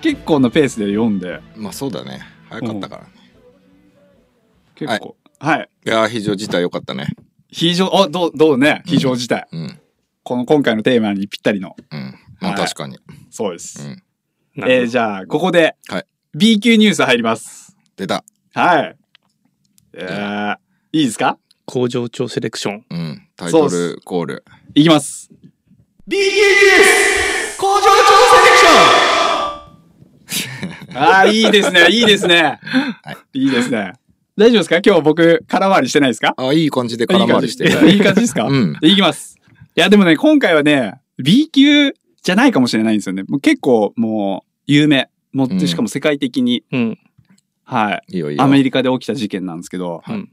[SPEAKER 1] 結構なペースで読んで、
[SPEAKER 2] まあそうだね。早かったからね。
[SPEAKER 1] 結構。はい。
[SPEAKER 2] いやー、非常事態良かったね。
[SPEAKER 1] 非常、あ、どう、どうね。非常事態。
[SPEAKER 2] うん。
[SPEAKER 1] この今回のテーマにぴったりの。
[SPEAKER 2] うん。まあ
[SPEAKER 1] はい
[SPEAKER 2] 確かに。
[SPEAKER 1] そうです。
[SPEAKER 2] うん。
[SPEAKER 3] なん
[SPEAKER 1] えー
[SPEAKER 3] か
[SPEAKER 1] じゃあ、ここで、
[SPEAKER 2] はい
[SPEAKER 1] B 級ニュース入ります。
[SPEAKER 2] 出た。
[SPEAKER 1] はい。えー、いいですか
[SPEAKER 3] 工場長セレクション。
[SPEAKER 2] うん。タイト
[SPEAKER 1] そうっ
[SPEAKER 2] ルコール。
[SPEAKER 1] いきます。B 級ニュース工場調セレクション ああ、いいですね、いいですね。
[SPEAKER 2] はい
[SPEAKER 1] いいですね。大丈夫ですか今日僕、空回りしてないですか
[SPEAKER 2] あ、いい感じで空回りして
[SPEAKER 1] いい感じ いい感じですか
[SPEAKER 2] うん。
[SPEAKER 1] いきます。いや、でもね、今回はね、B 級じゃないかもしれないんですよね。もう結構、もう、有名。も
[SPEAKER 2] う
[SPEAKER 1] う、
[SPEAKER 2] ん
[SPEAKER 1] しかも世界的に、
[SPEAKER 3] うん。
[SPEAKER 1] はい。
[SPEAKER 2] いいよいいよ。
[SPEAKER 1] アメリカで起きた事件なんですけど、
[SPEAKER 3] はい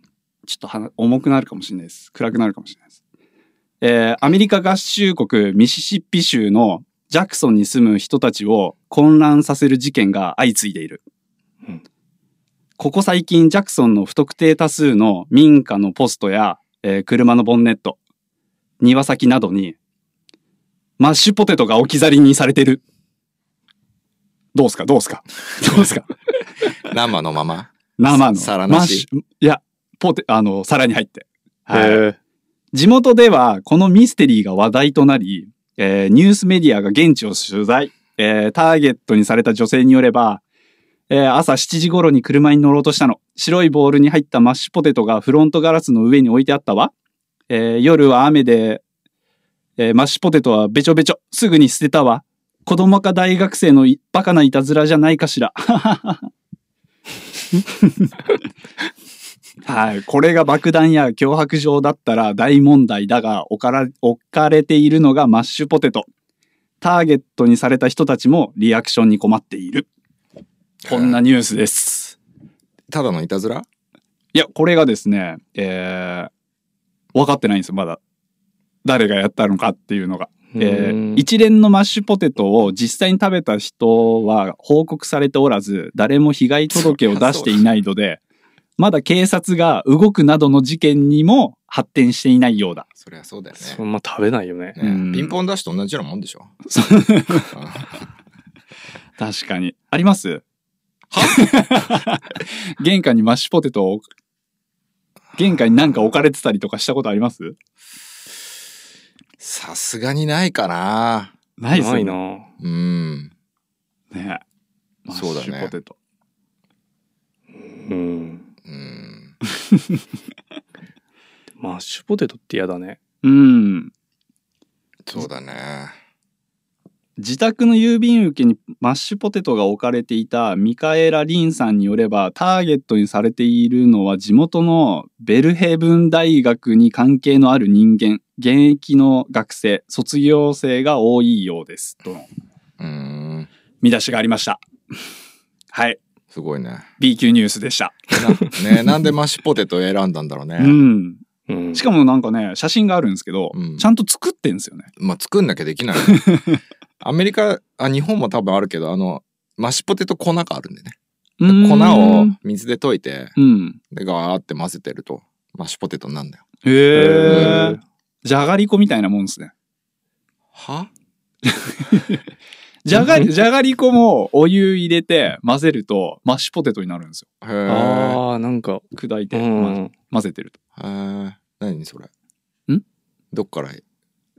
[SPEAKER 1] ちょっとはな重くなるかもしれないです。暗くなるかもしれないです。えーアメリカ合衆国ミシシッピ州のジャクソンに住む人たちを混乱させる事件が相次いでいる。
[SPEAKER 3] うん
[SPEAKER 1] ここ最近、ジャクソンの不特定多数の民家のポストや、えー車のボンネット、庭先などに、マッシュポテトが置き去りにされてる。どうすかどうすかどうすか
[SPEAKER 2] 生のまま。
[SPEAKER 1] 生の。
[SPEAKER 2] さ皿
[SPEAKER 1] マ
[SPEAKER 2] な
[SPEAKER 1] ッ
[SPEAKER 2] し
[SPEAKER 1] シュいや、ポテ、あの、皿に入って。
[SPEAKER 3] へ
[SPEAKER 1] はい。
[SPEAKER 3] ー
[SPEAKER 1] 地元では、このミステリーが話題となり、えーニュースメディアが現地を取材。えーターゲットにされた女性によれば、えー朝7時頃に車に乗ろうとしたの。白いボールに入ったマッシュポテトがフロントガラスの上に置いてあったわ。えー夜は雨で、えーマッシュポテトはべちょべちょ。すぐに捨てたわ。子供か大学生のいバカないたずらじゃないかしら。はい。これが爆弾や脅迫状だったら大問題だが、置から置かれているのがマッシュポテト。ターゲットにされた人たちもリアクションに困っている。こんなニュースです。
[SPEAKER 2] ただのいたずら
[SPEAKER 1] いや、これがですね、えー、分かってないんですよ、まだ。誰がやったのかっていうのが。えー
[SPEAKER 3] うん
[SPEAKER 1] 一連のマッシュポテトを実際に食べた人は報告されておらず、誰も被害届を出していないので、 まだ警察が動くなどの事件にも発展していないようだ。
[SPEAKER 2] そりゃそうだよ
[SPEAKER 3] そんな食べないよね。
[SPEAKER 2] ね。
[SPEAKER 1] うん
[SPEAKER 2] ねピンポン出しと同じようなもんでしょ。
[SPEAKER 1] そ
[SPEAKER 2] うん
[SPEAKER 1] 確かに。あります 玄関にマッシュポテトを置く、玄関になんか置かれてたりとかしたことあります
[SPEAKER 2] さすがにないかな。
[SPEAKER 1] ないですよ
[SPEAKER 3] な
[SPEAKER 1] ね
[SPEAKER 3] い
[SPEAKER 2] う
[SPEAKER 3] な。
[SPEAKER 2] ん。
[SPEAKER 1] ねマッ
[SPEAKER 2] そうだね
[SPEAKER 1] シュポテト。
[SPEAKER 3] うん。
[SPEAKER 2] うん。
[SPEAKER 3] マッシュポテトって嫌だね。
[SPEAKER 1] うん。
[SPEAKER 2] そうだね。
[SPEAKER 1] 自宅の郵便受けにマッシュポテトが置かれていたミカエラ・リンさんによればターゲットにされているのは地元のベルヘブン大学に関係のある人間現役の学生卒業生が多いようですとの
[SPEAKER 2] うん。
[SPEAKER 1] 見出しがありましたはい
[SPEAKER 2] すごいね。
[SPEAKER 1] B 級ニュースでした、
[SPEAKER 2] なねなんでマッシュポテトを選んだんだろう
[SPEAKER 1] う
[SPEAKER 2] ね。
[SPEAKER 1] ん
[SPEAKER 3] うん。
[SPEAKER 1] しかもなんかね写真があるんですけど、
[SPEAKER 2] うん
[SPEAKER 1] ちゃんと作ってんですよね
[SPEAKER 2] まあ作んなきゃできない。 アメリカ、あ、日本も多分あるけど、あの、マッシュポテト粉があるんでね。粉を水で溶いて、
[SPEAKER 1] うん
[SPEAKER 2] で、ガーって混ぜてると、マッシュポテトになるんだよ。
[SPEAKER 1] へ
[SPEAKER 3] へ
[SPEAKER 1] え
[SPEAKER 3] ー
[SPEAKER 1] じゃがりこみたいなもんですね
[SPEAKER 2] は
[SPEAKER 1] じゃがり、じゃがりこもお湯入れて混ぜるとマッシュポテトになるんですよ。
[SPEAKER 2] へえ。
[SPEAKER 3] ああ、なんか、
[SPEAKER 1] 砕いうて、ま
[SPEAKER 3] ん。
[SPEAKER 1] 混ぜてると。
[SPEAKER 2] へえ。何それ。
[SPEAKER 1] ん
[SPEAKER 2] どっから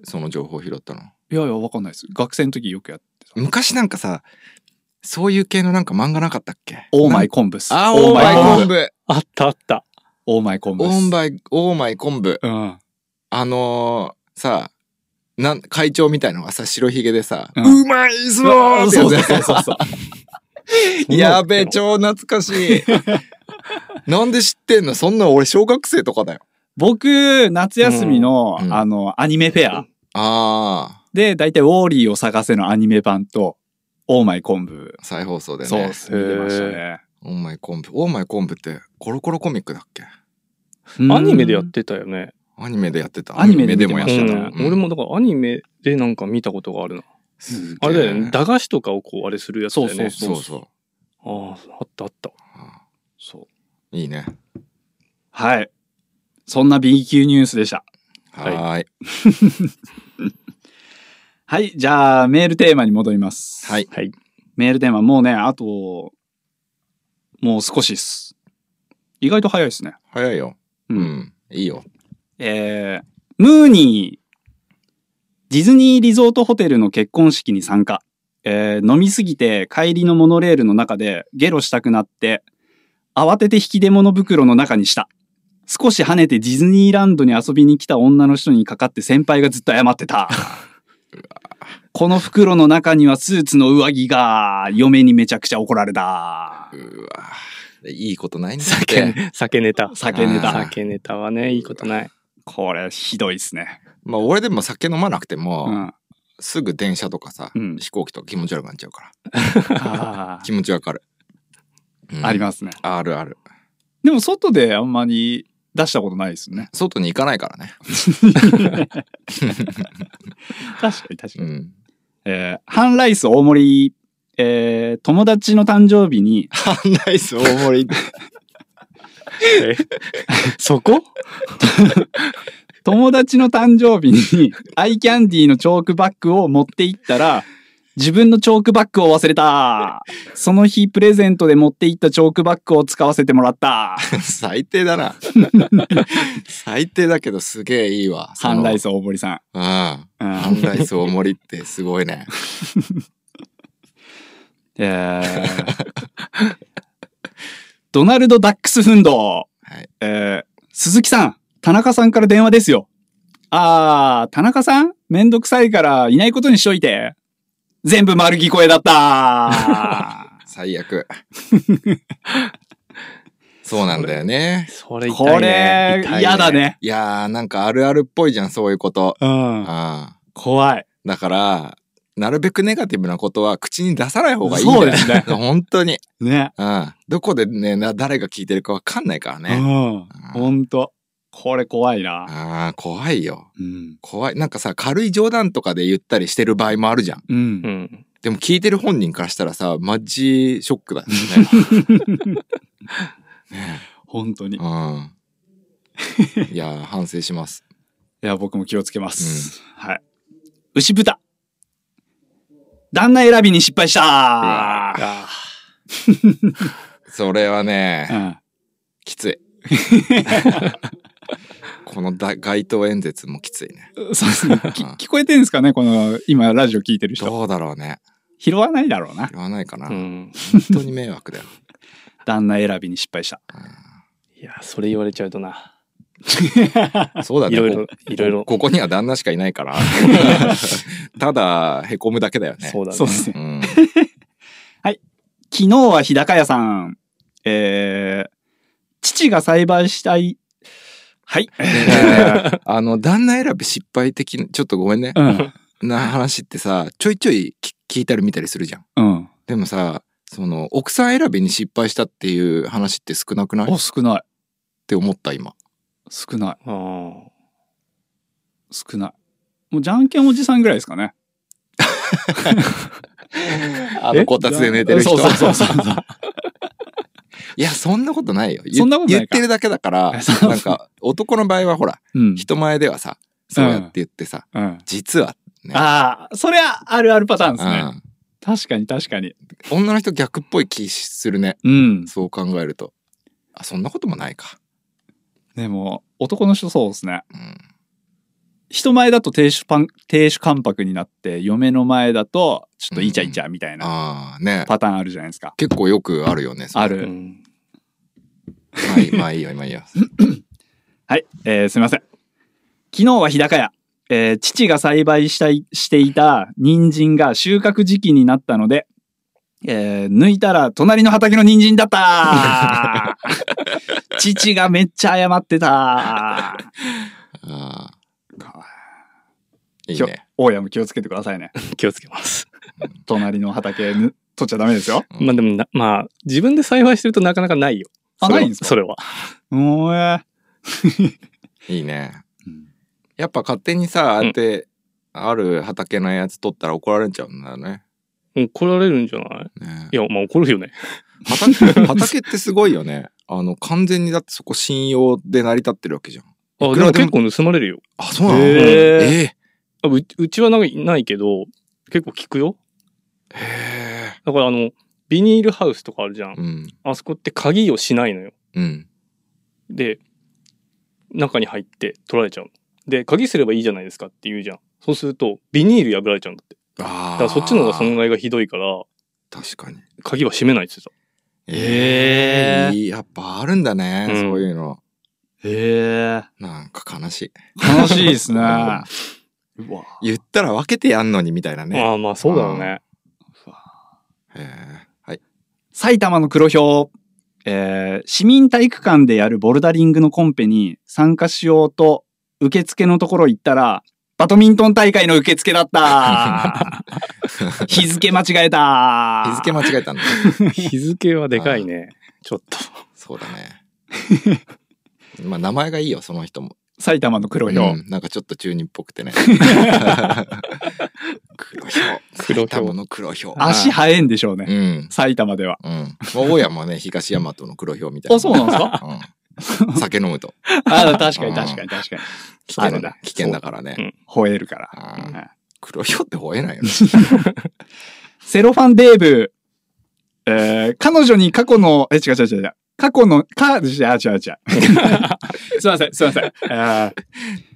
[SPEAKER 2] その情報拾ったの
[SPEAKER 1] いやいや、わかんないです。学生の時よくやってた。
[SPEAKER 2] 昔なんかさ、そういう系のなんか漫画なかったっけ
[SPEAKER 1] オーマイ
[SPEAKER 2] コ
[SPEAKER 1] 昆布っす。
[SPEAKER 2] あ、オーマイ
[SPEAKER 1] オーマイ昆
[SPEAKER 2] 昆
[SPEAKER 1] 布。
[SPEAKER 2] 布。
[SPEAKER 3] あったあった。
[SPEAKER 1] オーマイ昆布
[SPEAKER 2] オ
[SPEAKER 1] っ
[SPEAKER 2] ー
[SPEAKER 1] す。
[SPEAKER 2] マイ、オーマイ昆布。
[SPEAKER 1] うん。
[SPEAKER 2] あのー、さ、なん、会長みたいのがさ、白ひげでさ、
[SPEAKER 1] う
[SPEAKER 2] うんまいぞ
[SPEAKER 1] そ
[SPEAKER 2] ー
[SPEAKER 1] う
[SPEAKER 2] ってや
[SPEAKER 1] そう
[SPEAKER 2] つ
[SPEAKER 1] そうそうそう。
[SPEAKER 2] やべえ、超懐かしい。 なんで知ってんのそんな俺小学生とかだよ。
[SPEAKER 1] 僕、夏休みの、
[SPEAKER 2] うん
[SPEAKER 1] あの、アニメフェア
[SPEAKER 2] あ
[SPEAKER 1] で、だいたいウォーリーを探せのアニメ版と、オーマイ昆布。
[SPEAKER 2] あ、再放送でね。
[SPEAKER 1] そうっすね。
[SPEAKER 3] へー
[SPEAKER 1] 出ましたね。
[SPEAKER 2] オーマイ昆布。オーマイ昆布ってコロコロコミックだっけ
[SPEAKER 3] アニメでやっ
[SPEAKER 1] うん
[SPEAKER 3] てたよね。
[SPEAKER 2] アニメでやってた。
[SPEAKER 1] アニメで
[SPEAKER 2] でもやっ
[SPEAKER 3] う
[SPEAKER 2] て
[SPEAKER 1] 見
[SPEAKER 2] た。
[SPEAKER 1] て
[SPEAKER 3] ん。俺もだからアニメでなんか見たことがあるな。
[SPEAKER 2] すげえ
[SPEAKER 3] あれだよね。駄菓子とかをこう、あれするやつだよね。
[SPEAKER 1] そう
[SPEAKER 2] そうそう。
[SPEAKER 3] ああ、あったあった。
[SPEAKER 2] あ
[SPEAKER 1] そう。
[SPEAKER 2] ーいいね。
[SPEAKER 1] はい。そんな B 級ニュースでした。
[SPEAKER 2] は
[SPEAKER 3] はい
[SPEAKER 2] ーい。
[SPEAKER 1] はい。じゃあ、メールテーマに戻ります。
[SPEAKER 2] はい。
[SPEAKER 3] はい。
[SPEAKER 1] メールテーマ、もうね、あと、もう少しっす。意外と早いですね。
[SPEAKER 2] 早いよ。
[SPEAKER 1] う
[SPEAKER 2] うんん。いいよ。
[SPEAKER 1] えー、ムーニー、ディズニーリゾートホテルの結婚式に参加。えー飲みすぎて帰りのモノレールの中でゲロしたくなって、慌てて引き出物袋の中にした。少し跳ねてディズニーランドに遊びに来た女の人にかかって先輩がずっと謝ってた。この袋の中にはスーツの上着が、嫁にめちゃくちゃ怒られた
[SPEAKER 2] う。わーいいことないんだっ
[SPEAKER 3] 酒
[SPEAKER 2] て。
[SPEAKER 3] ね、酒ネタ。
[SPEAKER 1] 酒ネ
[SPEAKER 2] あー
[SPEAKER 1] タ。
[SPEAKER 3] 酒ネタはね、いいことない。
[SPEAKER 1] これ、ひどいっすね。
[SPEAKER 2] まあ俺でも酒飲まなくて
[SPEAKER 1] う
[SPEAKER 2] も、
[SPEAKER 1] ん。あ
[SPEAKER 2] すぐ電車とかさ
[SPEAKER 1] うん、
[SPEAKER 2] 飛行機とか気持ち悪くなっちゃうから。
[SPEAKER 1] あ
[SPEAKER 2] 気持ちわかる。うん
[SPEAKER 1] ありますね。
[SPEAKER 2] あるある。
[SPEAKER 1] でも外であんまり出したことないですよね。
[SPEAKER 2] 外に行かないからね。
[SPEAKER 1] 確かに確か
[SPEAKER 2] う
[SPEAKER 1] に。
[SPEAKER 2] ん。
[SPEAKER 1] えーハンライス大盛り、えー友達の誕生日に、
[SPEAKER 2] ハンライス大盛り。
[SPEAKER 3] えそこ
[SPEAKER 1] 友達の誕生日に、 アイキャンディーのチョークバッグを持って行ったら、自分のチョークバッグを忘れたその日プレゼントで持って行ったチョークバッグを使わせてもらった
[SPEAKER 2] 最低 だな。最低だけどすげえいいわ。
[SPEAKER 1] ハンライ
[SPEAKER 2] ス。
[SPEAKER 1] ス大盛りさ
[SPEAKER 2] うん。ハ
[SPEAKER 1] ん。うん
[SPEAKER 2] ンライス大盛りってすごいね。
[SPEAKER 1] えードナルド・ダックスフンド。
[SPEAKER 2] はい
[SPEAKER 1] えー鈴木さん、田中さんから電話ですよ。あー、田中さんめんどくさいからいないことにしといて。全部丸聞こえだった
[SPEAKER 2] 最悪。そうなんだよね。
[SPEAKER 3] それ痛い、
[SPEAKER 1] これ、
[SPEAKER 3] ね。
[SPEAKER 2] 痛い ね
[SPEAKER 1] 嫌だね。
[SPEAKER 2] いやー、なんかあるあるっぽいじゃん、そういうこと。
[SPEAKER 1] うん。
[SPEAKER 2] あ
[SPEAKER 1] 怖い。
[SPEAKER 2] だから、なるべくネガティブなことは口に出さない方がいいんだよ。
[SPEAKER 1] そうですね
[SPEAKER 2] 本当に。
[SPEAKER 1] ね。
[SPEAKER 2] うん。どこでね、な誰が聞いてるかわかんないから
[SPEAKER 1] うん
[SPEAKER 2] ね。。
[SPEAKER 1] ほんと。これ怖いな。
[SPEAKER 2] ああ、怖いよ。
[SPEAKER 1] うん。
[SPEAKER 2] 怖い。なんかさ、軽い冗談とかで言ったりしてる場合もあるじゃん。
[SPEAKER 1] う。
[SPEAKER 3] うんん。
[SPEAKER 2] でも聞いてる本人からしたらさ、マジショックだよね。
[SPEAKER 1] 本当に。い
[SPEAKER 2] うん。いやー、反省します。
[SPEAKER 1] や、僕も気をつけます。はい。牛豚。旦那選びに失敗した
[SPEAKER 2] わそれは
[SPEAKER 1] う
[SPEAKER 2] ね、
[SPEAKER 1] ん
[SPEAKER 2] きつい。 このだ街頭演説もきついね。
[SPEAKER 1] そう ですね。き聞こえてるんですかねこの、今、ラジオ聞いてる人。
[SPEAKER 2] どうだろうね。
[SPEAKER 1] 拾わないだろうな。
[SPEAKER 2] 言わないかな。
[SPEAKER 3] う
[SPEAKER 2] 本
[SPEAKER 3] ん。
[SPEAKER 2] 当に迷惑だよ。
[SPEAKER 1] 旦那選びに失敗した。
[SPEAKER 3] いや、それ言われちゃうとな。
[SPEAKER 2] うんそうだ
[SPEAKER 3] い
[SPEAKER 2] ね。
[SPEAKER 3] ろいろ
[SPEAKER 2] こ、
[SPEAKER 3] いろいろ。
[SPEAKER 2] ここには旦那しかいない から。ただ、へこむだけだよね。
[SPEAKER 3] そうだね。
[SPEAKER 1] そうですね。
[SPEAKER 2] うん。
[SPEAKER 1] 昨日は日高屋さん、えー、父が栽培したい、はい。
[SPEAKER 2] ねあの、旦那選び失敗的な、ちょっとごめんね。
[SPEAKER 1] うん。
[SPEAKER 2] な話ってさ、ちょいちょいき聞いたり見たりするじゃん。
[SPEAKER 1] うん。
[SPEAKER 2] でもさ、その、奥さん選びに失敗したっていう話って少なくないっ
[SPEAKER 1] お、少ない。
[SPEAKER 2] て思った今。
[SPEAKER 1] 少ない。
[SPEAKER 3] あー
[SPEAKER 1] 少ない。もう、じゃんけんおじさんぐらいですかね。
[SPEAKER 2] あの、こたつで寝てる人。
[SPEAKER 1] そうそうそう そう。
[SPEAKER 2] いや、そんなことないよ。言
[SPEAKER 1] そんなことないか
[SPEAKER 2] 言ってるだけだから、
[SPEAKER 1] そう
[SPEAKER 2] なんか、男の場合はほら、
[SPEAKER 1] うん。
[SPEAKER 2] 人前ではさ、そうやって言ってさ、
[SPEAKER 1] うん。
[SPEAKER 2] 実はね。
[SPEAKER 1] ああ、そりゃあるあるパターンですね。
[SPEAKER 2] うん
[SPEAKER 1] 確かに確かに。
[SPEAKER 2] 女の人逆っぽい気するね。
[SPEAKER 1] うん。
[SPEAKER 2] そう考えると。あ、そんなこともないか。
[SPEAKER 1] でも、男の人そうですね。
[SPEAKER 2] うん。
[SPEAKER 1] 人前だと亭主パン、亭主関白になって、嫁の前だと、ちょっとイチャイチャみたいな
[SPEAKER 2] ああ、ね。
[SPEAKER 1] パターンあるじゃないですか。
[SPEAKER 2] 結構よくあるよね。それ
[SPEAKER 1] あ
[SPEAKER 3] う
[SPEAKER 1] る。
[SPEAKER 3] ん。
[SPEAKER 2] まあいい、まあいいよ、まあいいよ。
[SPEAKER 1] はい、えーすみません。昨日は日高屋。えー父が栽培したい、していた人参が収穫時期になったので、えー抜いたら隣の畑の人参だった 父がめっちゃ謝ってた
[SPEAKER 2] あ
[SPEAKER 1] かわ
[SPEAKER 2] あ、いい
[SPEAKER 1] きょ
[SPEAKER 2] ね。
[SPEAKER 1] 大家も気をつけてくださいね。
[SPEAKER 3] 気をつけます。
[SPEAKER 1] 隣の畑ぬ取っちゃダメ ですよ。
[SPEAKER 2] うん
[SPEAKER 3] まあでもな、まあ、自分で栽培してるとなかなかないよ。
[SPEAKER 1] あ
[SPEAKER 3] それは
[SPEAKER 1] ないんですか
[SPEAKER 3] それは。
[SPEAKER 1] もうえ
[SPEAKER 2] いいね
[SPEAKER 1] うん。
[SPEAKER 2] やっぱ勝手にさ、ああやって、ある畑のやつ取ったら怒られちゃうんだね。
[SPEAKER 3] 怒られるんじゃない
[SPEAKER 2] ね
[SPEAKER 3] いや、まあ怒るよね。
[SPEAKER 2] 畑、畑ってすごいよね。あの、完全にだってそこ信用で成り立ってるわけじゃん。
[SPEAKER 3] あ、
[SPEAKER 2] い
[SPEAKER 3] で
[SPEAKER 2] くら
[SPEAKER 3] も
[SPEAKER 2] でも
[SPEAKER 3] 結構盗まれるよ。
[SPEAKER 2] あ、そうなの
[SPEAKER 1] へー
[SPEAKER 2] え
[SPEAKER 3] あううちはなんかないけど、結構聞くよ。
[SPEAKER 2] えへ
[SPEAKER 3] だからあの、ビニールハウスとかあるじゃ
[SPEAKER 2] え
[SPEAKER 3] ん。
[SPEAKER 2] うん。
[SPEAKER 3] あそこって鍵をしないのよ。
[SPEAKER 2] うん。
[SPEAKER 3] で、中に入って取られちゃうの。で、鍵すればいいじゃないですかって言うじゃん。そうすると、ビニール破られちゃうんだって。
[SPEAKER 2] あ
[SPEAKER 3] だ
[SPEAKER 2] あ。
[SPEAKER 3] からそっちの方が損害がひどいから、
[SPEAKER 2] 確かに。
[SPEAKER 3] 鍵は閉めないって言って
[SPEAKER 1] ええ
[SPEAKER 2] いいやっぱあるんだね、
[SPEAKER 3] うん
[SPEAKER 2] そういうの。
[SPEAKER 1] え
[SPEAKER 2] なんか悲しい。
[SPEAKER 1] ー、悲しいですね。う
[SPEAKER 2] うん
[SPEAKER 1] わ
[SPEAKER 2] 言ったら分けてやんのにみたいな
[SPEAKER 3] た。
[SPEAKER 2] ね。
[SPEAKER 3] ああ、まあそうだろうね。
[SPEAKER 2] へえ。はい。
[SPEAKER 1] 埼玉の黒ひょうえー市民体育館でやるボルダリングのコンペに参加しようと受付のところ行ったら、バドミントン大会の受付だった 日付間違えた
[SPEAKER 2] 日付間違えたんだ。
[SPEAKER 3] 日付はでかいね。ちょっと。
[SPEAKER 2] そうだね。まあ名前がいいよ、その人も。
[SPEAKER 1] 埼玉の 黒ひょう
[SPEAKER 2] うんなんかちょっと中二っぽく てね。黒ひょう。
[SPEAKER 3] 黒ひょ
[SPEAKER 2] 埼
[SPEAKER 3] う
[SPEAKER 2] 玉の黒ひょう。
[SPEAKER 1] 足早いんでしょうね。
[SPEAKER 2] うん。
[SPEAKER 1] 埼玉では。
[SPEAKER 2] うん。まあ大家もね、東大和の黒ひょうみたいな。
[SPEAKER 1] あそうなんです
[SPEAKER 2] かうん。酒飲むと。
[SPEAKER 1] ああ、確かに確かに確かに。
[SPEAKER 2] 危
[SPEAKER 1] あ
[SPEAKER 2] 険
[SPEAKER 1] る
[SPEAKER 2] だ
[SPEAKER 1] な。
[SPEAKER 2] 危険だからね。
[SPEAKER 3] うん
[SPEAKER 1] 吠えるから。
[SPEAKER 2] あ
[SPEAKER 1] は
[SPEAKER 2] ー
[SPEAKER 1] い
[SPEAKER 2] 黒ひょうって吠えない よね。
[SPEAKER 1] セロファンデーブ、えー、彼女に過去の、え、違う違う違う違う。過去の、か、違う違う違う。 すいません、すいません。えー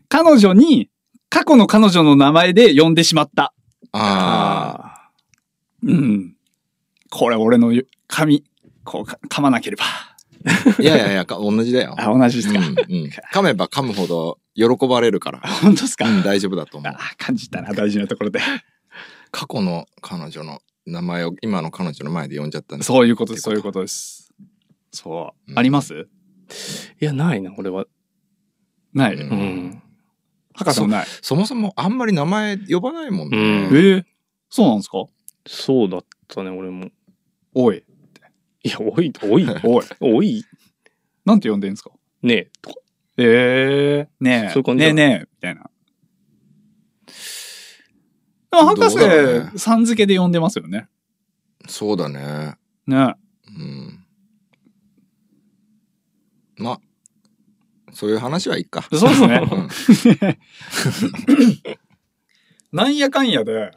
[SPEAKER 1] 彼女に、過去の彼女の名前で呼んでしまった。
[SPEAKER 2] あ
[SPEAKER 1] うん。これ俺の髪、こうか、噛まなければ。
[SPEAKER 2] あ。いやいやいや、か同じだよ。
[SPEAKER 1] あ、同じです
[SPEAKER 2] う
[SPEAKER 1] か。
[SPEAKER 2] ん うん噛めば噛むほど喜ばれるから。
[SPEAKER 1] 本当ですか。
[SPEAKER 2] うん大丈夫だと思う
[SPEAKER 1] あ。、感じたな、大事なところで。
[SPEAKER 2] 過去の彼女の名前を今の彼女の前で呼んじゃったんです。
[SPEAKER 1] そういうことです、そういうことです。そう。
[SPEAKER 2] うん
[SPEAKER 1] あります
[SPEAKER 3] いや、ないな、俺は。
[SPEAKER 1] ない。
[SPEAKER 2] うん
[SPEAKER 3] うん。
[SPEAKER 1] 博士もない。
[SPEAKER 2] そもそもあんまり名前呼ばないもんね。
[SPEAKER 3] うん
[SPEAKER 1] えー、そうなんですか
[SPEAKER 3] そうだったね、俺も。
[SPEAKER 1] おい、
[SPEAKER 3] いや、多い、 多い、
[SPEAKER 1] おい。
[SPEAKER 3] 多い
[SPEAKER 1] なんて呼んでんですか
[SPEAKER 3] ねえ、とか。
[SPEAKER 1] ええねえ。
[SPEAKER 3] そういう感
[SPEAKER 1] ね
[SPEAKER 3] じ
[SPEAKER 1] え
[SPEAKER 3] だ
[SPEAKER 1] ねえ、みたいな。でも博
[SPEAKER 2] どうだろうね
[SPEAKER 1] 士、さん付けで呼んでますよね。
[SPEAKER 2] そうだね。
[SPEAKER 1] ね
[SPEAKER 2] うん。まあ、そういう話はいいか。
[SPEAKER 1] そうですね
[SPEAKER 2] ん
[SPEAKER 1] なんやかんやで、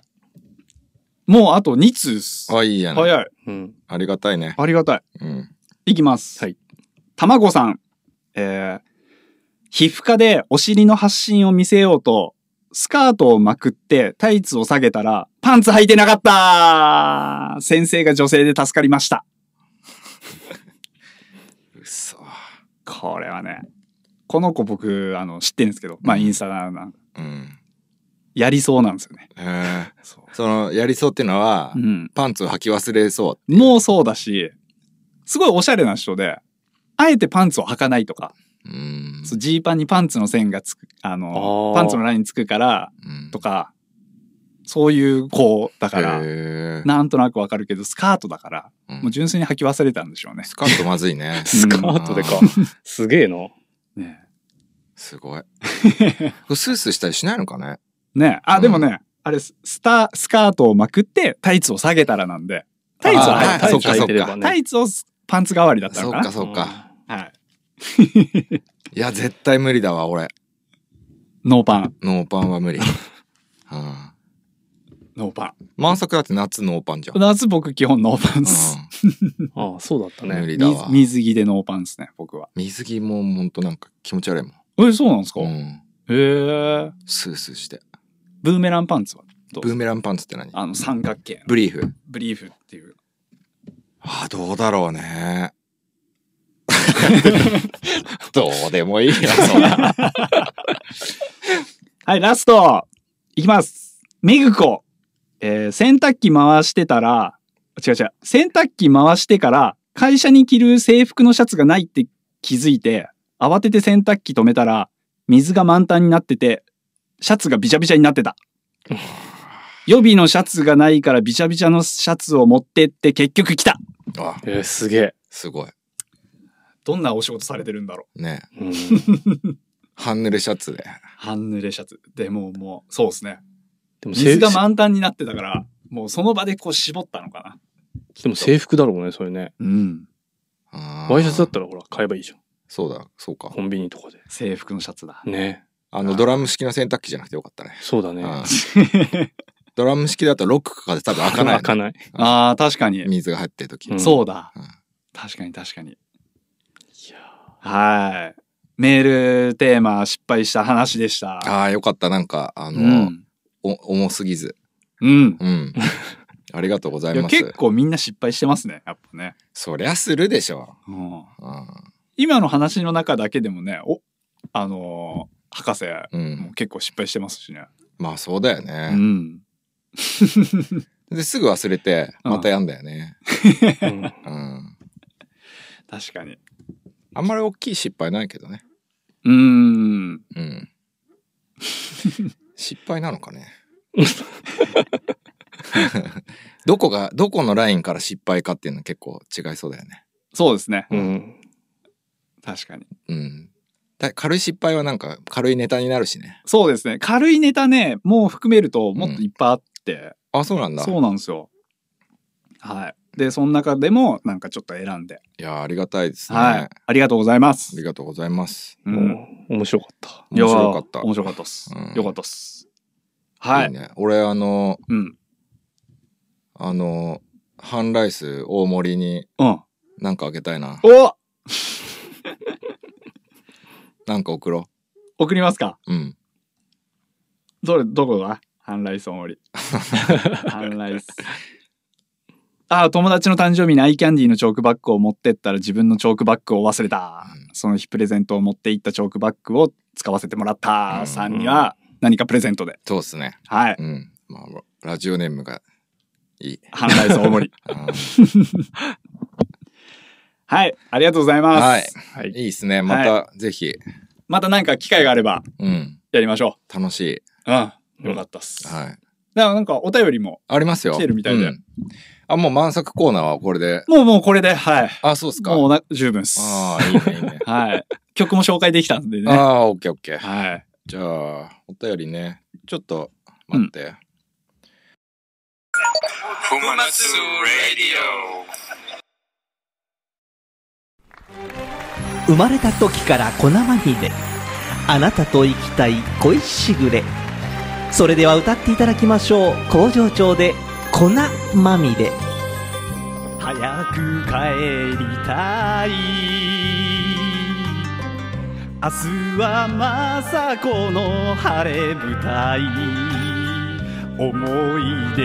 [SPEAKER 1] もうあと2通っす。
[SPEAKER 2] あ、いいやん。
[SPEAKER 1] 早い。
[SPEAKER 3] うん。
[SPEAKER 2] ありがたいね。
[SPEAKER 1] ありがたい。
[SPEAKER 2] うん。
[SPEAKER 1] いきます。
[SPEAKER 3] はい。
[SPEAKER 1] たまごさん。えー、皮膚科でお尻の発疹を見せようと、スカートをまくってタイツを下げたら、パンツ履いてなかった先生が女性で助かりま した。
[SPEAKER 2] うそ。
[SPEAKER 1] これはね、この子僕、あの、知ってるんですけど、まあ、
[SPEAKER 2] うん
[SPEAKER 1] インスタな、
[SPEAKER 2] うん。
[SPEAKER 1] やりそうなんですよね。
[SPEAKER 2] へえその、やりそうっていうのは、
[SPEAKER 1] うん。
[SPEAKER 2] パンツを履き忘れそ
[SPEAKER 1] もうそうだし、すごいおしゃれな人で、あえてパンツを履かないとか、
[SPEAKER 2] う。うん。
[SPEAKER 1] そうジーパンにパンツの線がつく、あの
[SPEAKER 3] あー
[SPEAKER 1] パンツのラインつくから、
[SPEAKER 2] うん
[SPEAKER 1] とか、そういう子だから、
[SPEAKER 2] へえ
[SPEAKER 1] なんとなくわかるけど、スカートだから、
[SPEAKER 2] うん
[SPEAKER 1] もう純粋に履き忘れたんでしょうね。
[SPEAKER 2] スカートまずいね。
[SPEAKER 3] スカートでか
[SPEAKER 2] う。
[SPEAKER 3] すげえな。
[SPEAKER 1] ね
[SPEAKER 2] すごい。スースーしたりしないのかね
[SPEAKER 1] ねあ、
[SPEAKER 2] うん
[SPEAKER 1] でもね、あれ、ススタ、スカートをまくって、タイツを下げたらなんで、タイツを
[SPEAKER 2] あー
[SPEAKER 1] 履い
[SPEAKER 2] は
[SPEAKER 1] タイ
[SPEAKER 2] い
[SPEAKER 1] ツ
[SPEAKER 2] そ
[SPEAKER 1] を
[SPEAKER 2] っかそっか
[SPEAKER 3] ね
[SPEAKER 1] タイツをパンツ代わりだったの
[SPEAKER 2] そっ
[SPEAKER 1] か
[SPEAKER 2] か
[SPEAKER 1] な。
[SPEAKER 2] そっか。
[SPEAKER 1] はい。
[SPEAKER 2] いや、絶対無理だわ、俺。
[SPEAKER 1] ノーパン。
[SPEAKER 2] ノーパンは無理。うん。
[SPEAKER 1] ノーパ
[SPEAKER 2] 満作だって夏ノーパンじゃん
[SPEAKER 1] ン。。夏僕基本ノーパンです。
[SPEAKER 3] ああ、そうだった
[SPEAKER 2] うん、無
[SPEAKER 3] ね。
[SPEAKER 2] 理だわ
[SPEAKER 1] 水。水着でノーパンですね、僕は。
[SPEAKER 2] 水着もほんとなんか気持ち悪いもん。
[SPEAKER 1] え、そうなんですか、
[SPEAKER 2] う
[SPEAKER 1] へ
[SPEAKER 2] ん。
[SPEAKER 1] え。
[SPEAKER 2] スースーして。
[SPEAKER 1] ブーメランパンツはどう
[SPEAKER 2] ブーメランパンツって何
[SPEAKER 1] あの三角形の
[SPEAKER 2] ブリーフ。
[SPEAKER 1] ブリーフっていう。
[SPEAKER 2] ああ、どうだろうね。どうでもいいよ、そんな
[SPEAKER 1] はい、ラストいきますめぐこえー洗濯機回してたら、違う違う、洗濯機回してから、会社に着る制服のシャツがないって気づいて、慌てて洗濯機止めたら、水が満タンになってて、シャツがびちゃびちゃになって た。予備のシャツがないからびちゃびちゃのシャツを持ってって結局来た
[SPEAKER 2] あ、
[SPEAKER 3] えー、すげえ。
[SPEAKER 2] すごい。
[SPEAKER 1] どんなお仕事されてるんだろ
[SPEAKER 2] ね
[SPEAKER 3] うん、
[SPEAKER 2] 半濡れシャツで。
[SPEAKER 1] う半濡れシャツ。でもうもう、そうですね。
[SPEAKER 3] でも制
[SPEAKER 1] 水
[SPEAKER 3] 服
[SPEAKER 1] が、満タンになってたから、もうその場でこう絞ったのかな。
[SPEAKER 3] でも制服だろうね、それね。
[SPEAKER 1] うん。
[SPEAKER 2] ワ
[SPEAKER 3] ワイシャツだったらほら、買えばいいじゃん。
[SPEAKER 2] そうだ、そうか
[SPEAKER 3] コ。ンビニとかで。
[SPEAKER 1] 制服のシャツだ。
[SPEAKER 3] ね。
[SPEAKER 2] あの、ドラム式の洗濯機じゃなくてよかったね。
[SPEAKER 3] そうだね。
[SPEAKER 2] うんドラム式だとロックかかって多分開かない、
[SPEAKER 3] 開かない。
[SPEAKER 1] ああ、確かに。
[SPEAKER 2] 水が入ってる時、
[SPEAKER 3] うん
[SPEAKER 1] そうだ。
[SPEAKER 2] うん
[SPEAKER 1] 確かに確かに。
[SPEAKER 3] いや
[SPEAKER 1] はい。メールテーマ失敗した話でした。
[SPEAKER 2] ああ、よかった。なんか、あ
[SPEAKER 1] う
[SPEAKER 2] の、
[SPEAKER 1] ん。
[SPEAKER 2] お重すぎず。
[SPEAKER 1] うん。
[SPEAKER 2] うん。ありがとうござ
[SPEAKER 1] い
[SPEAKER 2] い
[SPEAKER 1] や
[SPEAKER 2] ます。
[SPEAKER 1] 結構みんな失敗してますね、やっぱね。
[SPEAKER 2] そりゃするでしょ。
[SPEAKER 1] うん、
[SPEAKER 2] うん。
[SPEAKER 1] 今の話の中だけでもね、おあのー博士、
[SPEAKER 2] う。
[SPEAKER 1] もうん結構失敗してますしね。
[SPEAKER 2] まあ、そうだよ
[SPEAKER 1] う
[SPEAKER 2] ね。
[SPEAKER 1] ん。
[SPEAKER 2] ですぐ忘れて、
[SPEAKER 1] うん
[SPEAKER 2] またやんだよね。
[SPEAKER 3] ー、うん
[SPEAKER 2] うん。
[SPEAKER 1] 確かに。
[SPEAKER 2] あんまり大きい失敗ないけどね。
[SPEAKER 1] うーん。
[SPEAKER 2] うん。失敗なの かね。どこが、どこのラインから失敗かっていうのは結構違いそうだよね。
[SPEAKER 1] そうですね。
[SPEAKER 3] うん。
[SPEAKER 1] 確かに。
[SPEAKER 2] うん。だ軽い失敗はなんか軽いネタになるしね。
[SPEAKER 1] そうですね。軽いネタね、もう含めるともっといっぱいあって。
[SPEAKER 2] あ、そうなんだ。
[SPEAKER 1] そうなんですよ。はい。で、その中でも、なんかちょっと選んで。
[SPEAKER 2] いやー、ありがたいですね。
[SPEAKER 1] はい
[SPEAKER 2] あ。
[SPEAKER 1] ありがとうございます
[SPEAKER 2] り。がとうございます。
[SPEAKER 1] う。
[SPEAKER 3] うんん、面白かった。
[SPEAKER 2] 面白かった
[SPEAKER 1] いやー面白かったっす
[SPEAKER 2] うん。
[SPEAKER 1] よかったっす。はい
[SPEAKER 2] い
[SPEAKER 1] い。
[SPEAKER 2] ね。俺、あの、
[SPEAKER 1] うん。
[SPEAKER 2] あの、ハンライス大盛りに
[SPEAKER 1] うん。
[SPEAKER 2] なんかあげたいな。
[SPEAKER 1] お
[SPEAKER 2] なんか送ろ
[SPEAKER 1] 送りますか
[SPEAKER 2] う。うん。
[SPEAKER 1] どれ、どこがハンライスおもり。ハンライス。あー友達の誕生日にアイキャンディーのチョークバッグを持ってったら自分のチョークバッグを忘れた
[SPEAKER 2] うん。
[SPEAKER 1] その日プレゼントを持っていったチョークバッグを使わせてもらっ
[SPEAKER 2] う
[SPEAKER 1] た。
[SPEAKER 2] ん
[SPEAKER 1] さんには何かプレゼントで。
[SPEAKER 2] そうっすね。
[SPEAKER 1] はい。
[SPEAKER 2] うん。まあ、ラジオネーム がいい。
[SPEAKER 1] ハンライスお もり。
[SPEAKER 2] うん
[SPEAKER 1] はい。ありがとうございます。
[SPEAKER 2] はい
[SPEAKER 1] はい
[SPEAKER 2] いいっすね。また、ぜひ。
[SPEAKER 1] またなんか機会があれば
[SPEAKER 2] うん。
[SPEAKER 1] やりましょ
[SPEAKER 2] 楽しい。
[SPEAKER 1] う。うん。よかったっす。だか
[SPEAKER 2] はい。
[SPEAKER 1] らなんかお便りも、
[SPEAKER 2] ありますよ。
[SPEAKER 1] 来てるみたいで
[SPEAKER 2] うんあ、もう満作コーナーはこれで。
[SPEAKER 1] もうもうこれで、はい。
[SPEAKER 2] あ、そうっすか。
[SPEAKER 1] もうな十分っす。
[SPEAKER 2] ああ、いいね、いい ね。
[SPEAKER 1] はい。曲も紹介できたんで
[SPEAKER 2] あ
[SPEAKER 1] ね。
[SPEAKER 2] あ、オッケーオッケー。
[SPEAKER 1] はい。
[SPEAKER 2] じゃあ、お便りね。ちょっと、待って。
[SPEAKER 6] 生まれた時から粉まみれあなたと生きたい恋しぐれそれでは歌っていただきましょう工場長で粉まみれ早く帰りたい明日はまさこの晴れ舞台思い出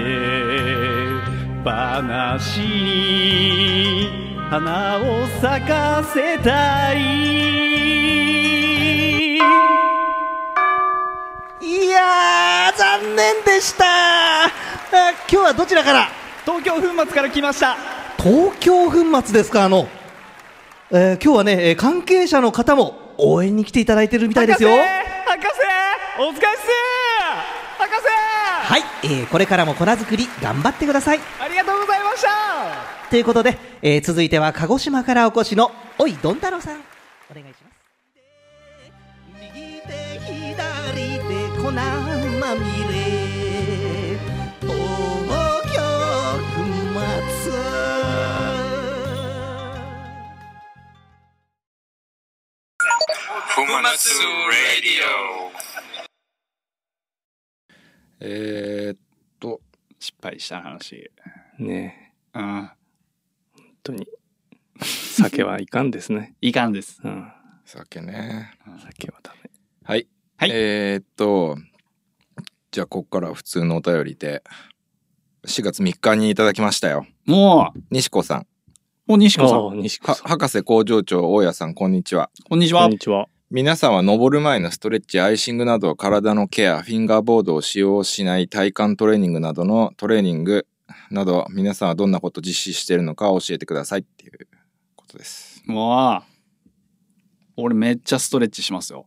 [SPEAKER 6] 話に花を咲かせたいいやー残念でしたあ今日はどちらから
[SPEAKER 1] 東京粉末から来ました。
[SPEAKER 6] 東京粉末ですかあの、えー今日はねえー関係者の方も応援に来ていただいてるみたいですよ
[SPEAKER 1] 博士お疲れっす博士
[SPEAKER 6] はい、えーこれからも粉作り頑張ってください
[SPEAKER 1] ありがとうございました
[SPEAKER 6] ということで、えー続いては鹿児島からお越しのおいどんたろうさんお願いします右手左手粉まみれ東京
[SPEAKER 2] えーっと、
[SPEAKER 1] 失敗した話。
[SPEAKER 3] ね
[SPEAKER 1] うん。
[SPEAKER 3] え、本当に。酒はいかんですね。
[SPEAKER 1] いかんです。
[SPEAKER 3] うん。
[SPEAKER 2] 酒ね。
[SPEAKER 3] 酒はダメ。
[SPEAKER 2] はい。
[SPEAKER 1] はい
[SPEAKER 2] えーっと、じゃあ、ここから普通のお便りで、4月3日にいただきましたよ。
[SPEAKER 1] もう、
[SPEAKER 2] 西子さん。
[SPEAKER 1] もう西子さん。
[SPEAKER 3] ああ、西子
[SPEAKER 2] は
[SPEAKER 3] さん。
[SPEAKER 2] 博士工場長大家さん、こんにちは。
[SPEAKER 1] こんにち
[SPEAKER 3] こ
[SPEAKER 1] は
[SPEAKER 3] ん。にちは。
[SPEAKER 2] 皆さんは登る前のストレッチ、アイシングなど、体のケア、フィンガーボードを使用しない体幹トレーニングなどのトレーニングなど、皆さんはどんなことを実施しているのか教えてくださいっていうことです。
[SPEAKER 1] もう、俺めっちゃストレッチしますよ。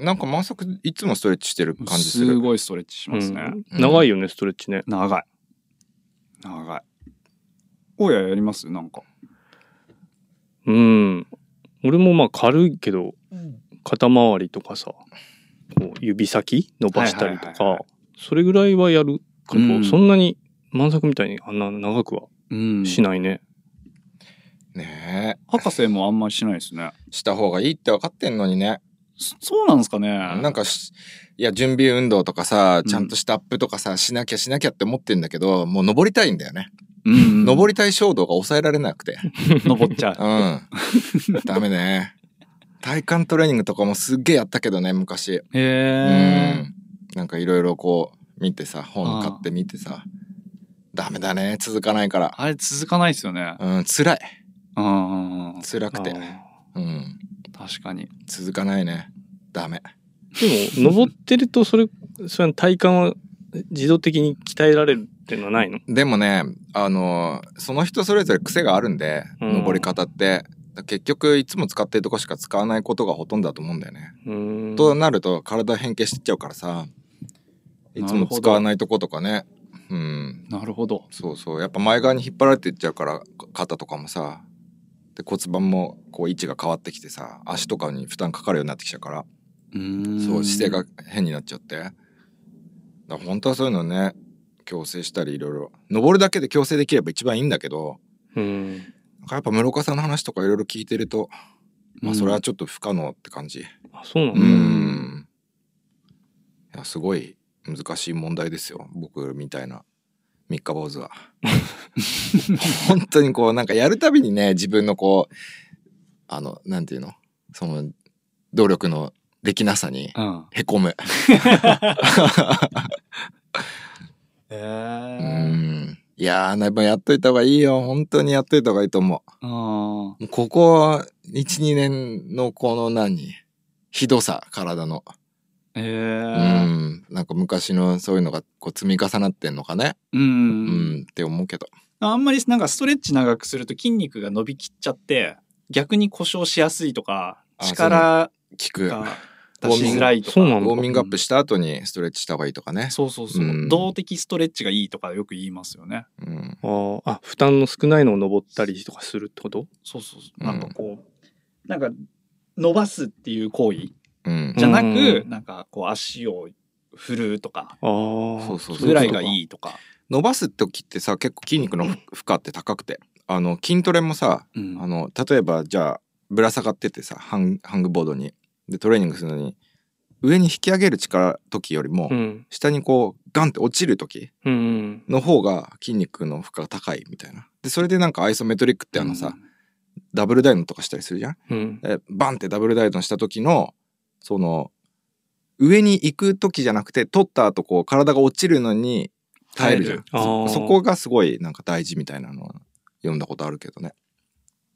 [SPEAKER 2] なんかまさくいつもストレッチしてる感じす
[SPEAKER 1] す
[SPEAKER 2] る。
[SPEAKER 1] ごいストレッチしますね。
[SPEAKER 2] うん
[SPEAKER 3] 長いよね、ストレッチね。
[SPEAKER 1] 長い。長い。おややりますなんか。
[SPEAKER 3] うん。俺もまあ軽いけど、肩周りとかさ、こう指先伸ばしたりと
[SPEAKER 1] はいはいはい
[SPEAKER 3] か、それぐらいはやるけ
[SPEAKER 1] う
[SPEAKER 3] ど、
[SPEAKER 1] ん
[SPEAKER 3] そんなに満作みたいにあんな長くは
[SPEAKER 1] うん
[SPEAKER 3] しないね。
[SPEAKER 2] ね
[SPEAKER 1] 博士もあんまりしないですね。
[SPEAKER 2] え。した方がいいって分かってんのにね。
[SPEAKER 1] そそうなんですかね。
[SPEAKER 2] なんかし、いや、準備運動とかさ、ちゃんとしたアップとかさ、しなきゃしなきゃって思ってんだけど、もう登りたいんだよね。
[SPEAKER 1] うん
[SPEAKER 2] 登りたい衝動が抑えられなくて。
[SPEAKER 1] 登っちゃう。
[SPEAKER 2] うん。ダメね。体幹トレーニングとかもすっげえやったけどね、昔。
[SPEAKER 1] へ
[SPEAKER 2] う
[SPEAKER 1] え。
[SPEAKER 2] ん。なんかいろいろこう、見てさ、本買って見てさ、ダメだね、続かないから。
[SPEAKER 1] あれ続かないですよね。
[SPEAKER 2] うん、辛い。
[SPEAKER 1] うん。うん
[SPEAKER 2] 辛くて。
[SPEAKER 3] あ
[SPEAKER 2] うん。
[SPEAKER 1] 確かに。
[SPEAKER 2] 続かないね。ダメ。
[SPEAKER 3] ーでも、登ってると、それ、それは体幹は自動的に鍛えられるっていうのはないの
[SPEAKER 2] でもね、あの、その人それぞれ癖があるんで、
[SPEAKER 3] うん
[SPEAKER 2] 登り方って。結局、いつも使ってるとこしか使わないことがほとんどだと思うんだよね。
[SPEAKER 3] うーん。
[SPEAKER 2] となると体変形してっちゃうからさいつも使わないとことかねうん
[SPEAKER 1] なるほど。
[SPEAKER 2] そうそうやっぱ前側に引っ張られていっちゃうからか肩とかもさで骨盤もこう位置が変わってきてさ足とかに負担かかるようになってきちゃうから
[SPEAKER 1] うん
[SPEAKER 2] そう姿勢が変になっちゃってだから本当はそういうのね矯正したりいろいろ登るだけで矯正できれば一番いいんだけど
[SPEAKER 3] うん。
[SPEAKER 2] なんかやっぱ室岡さんの話とかいろいろ聞いてるとまあそれはちょっと不可能って感じ。
[SPEAKER 3] あ、そうな
[SPEAKER 2] う
[SPEAKER 3] の、
[SPEAKER 2] ん。いや、すごい難しい問題ですよ。僕みたいな三日坊主は。本当にこう、なんかやるたびにね、自分のこう、あの、なんていうのその、努力のできなさに
[SPEAKER 1] うん。
[SPEAKER 2] へこむ。
[SPEAKER 1] え
[SPEAKER 2] う
[SPEAKER 1] え。
[SPEAKER 2] ん。いやー、やっぱやっといた方がいいよ。本当にやっといた方がいいと思
[SPEAKER 1] ああ。
[SPEAKER 2] う。もうここ、1、2年のこの何ひどさ、体の。
[SPEAKER 1] え
[SPEAKER 2] う
[SPEAKER 1] え。
[SPEAKER 2] ん。なんか昔のそういうのがこう積み重なってんのかね。
[SPEAKER 1] う。
[SPEAKER 2] うんん、って思うけど。
[SPEAKER 1] あんまりなんかストレッチ長くすると筋肉が伸びきっちゃって、逆に故障しやすいとか、
[SPEAKER 2] あ
[SPEAKER 1] 力
[SPEAKER 2] 聞く。ウ
[SPEAKER 1] が
[SPEAKER 2] そう
[SPEAKER 1] 出しづらいとか
[SPEAKER 3] そう。な
[SPEAKER 2] ォー
[SPEAKER 3] の
[SPEAKER 2] ミングアップした後にストレッチした方がいいとかね。
[SPEAKER 1] そうそうそう、
[SPEAKER 2] うん
[SPEAKER 1] 動的ストレッチがいいとかよく言いますよね。
[SPEAKER 2] うん。
[SPEAKER 3] あーあ、負担の少ないのを登ったりとかするってこと
[SPEAKER 1] そうそうそうう。
[SPEAKER 2] ん
[SPEAKER 1] なんかこう、なんか伸ばすっていう行為
[SPEAKER 2] うん
[SPEAKER 1] じゃなく、
[SPEAKER 3] うん
[SPEAKER 1] なんかこう足を振るとか
[SPEAKER 3] ああ。
[SPEAKER 2] そうそうそう
[SPEAKER 1] ぐらいが
[SPEAKER 3] い。
[SPEAKER 1] いいとか。
[SPEAKER 2] 伸ばす時ってさ、結構筋肉の負負荷って高くて。あの、筋トレもさ、
[SPEAKER 1] うん
[SPEAKER 2] あの、例えばじゃあ、ぶら下がっててさ、ハンハングボードに。で、トレーニングするのに、上に引き上げる力時よりも、
[SPEAKER 3] うん。
[SPEAKER 2] 下にこう、ガンって落ちる時
[SPEAKER 3] うんうん。
[SPEAKER 2] の方が筋肉の負荷が高いみたいな。で、それでなんかアイソメトリックってあのさ、ダブルダイのとかしたりするじゃん
[SPEAKER 3] うん。
[SPEAKER 2] えバンってダブルダイエットした時のその上に行く時じゃなくて取った後こう体が落ちるのに耐えるじゃん
[SPEAKER 3] あー
[SPEAKER 2] そそこがすごいなんか大事みたいなのを読んだことあるけどね、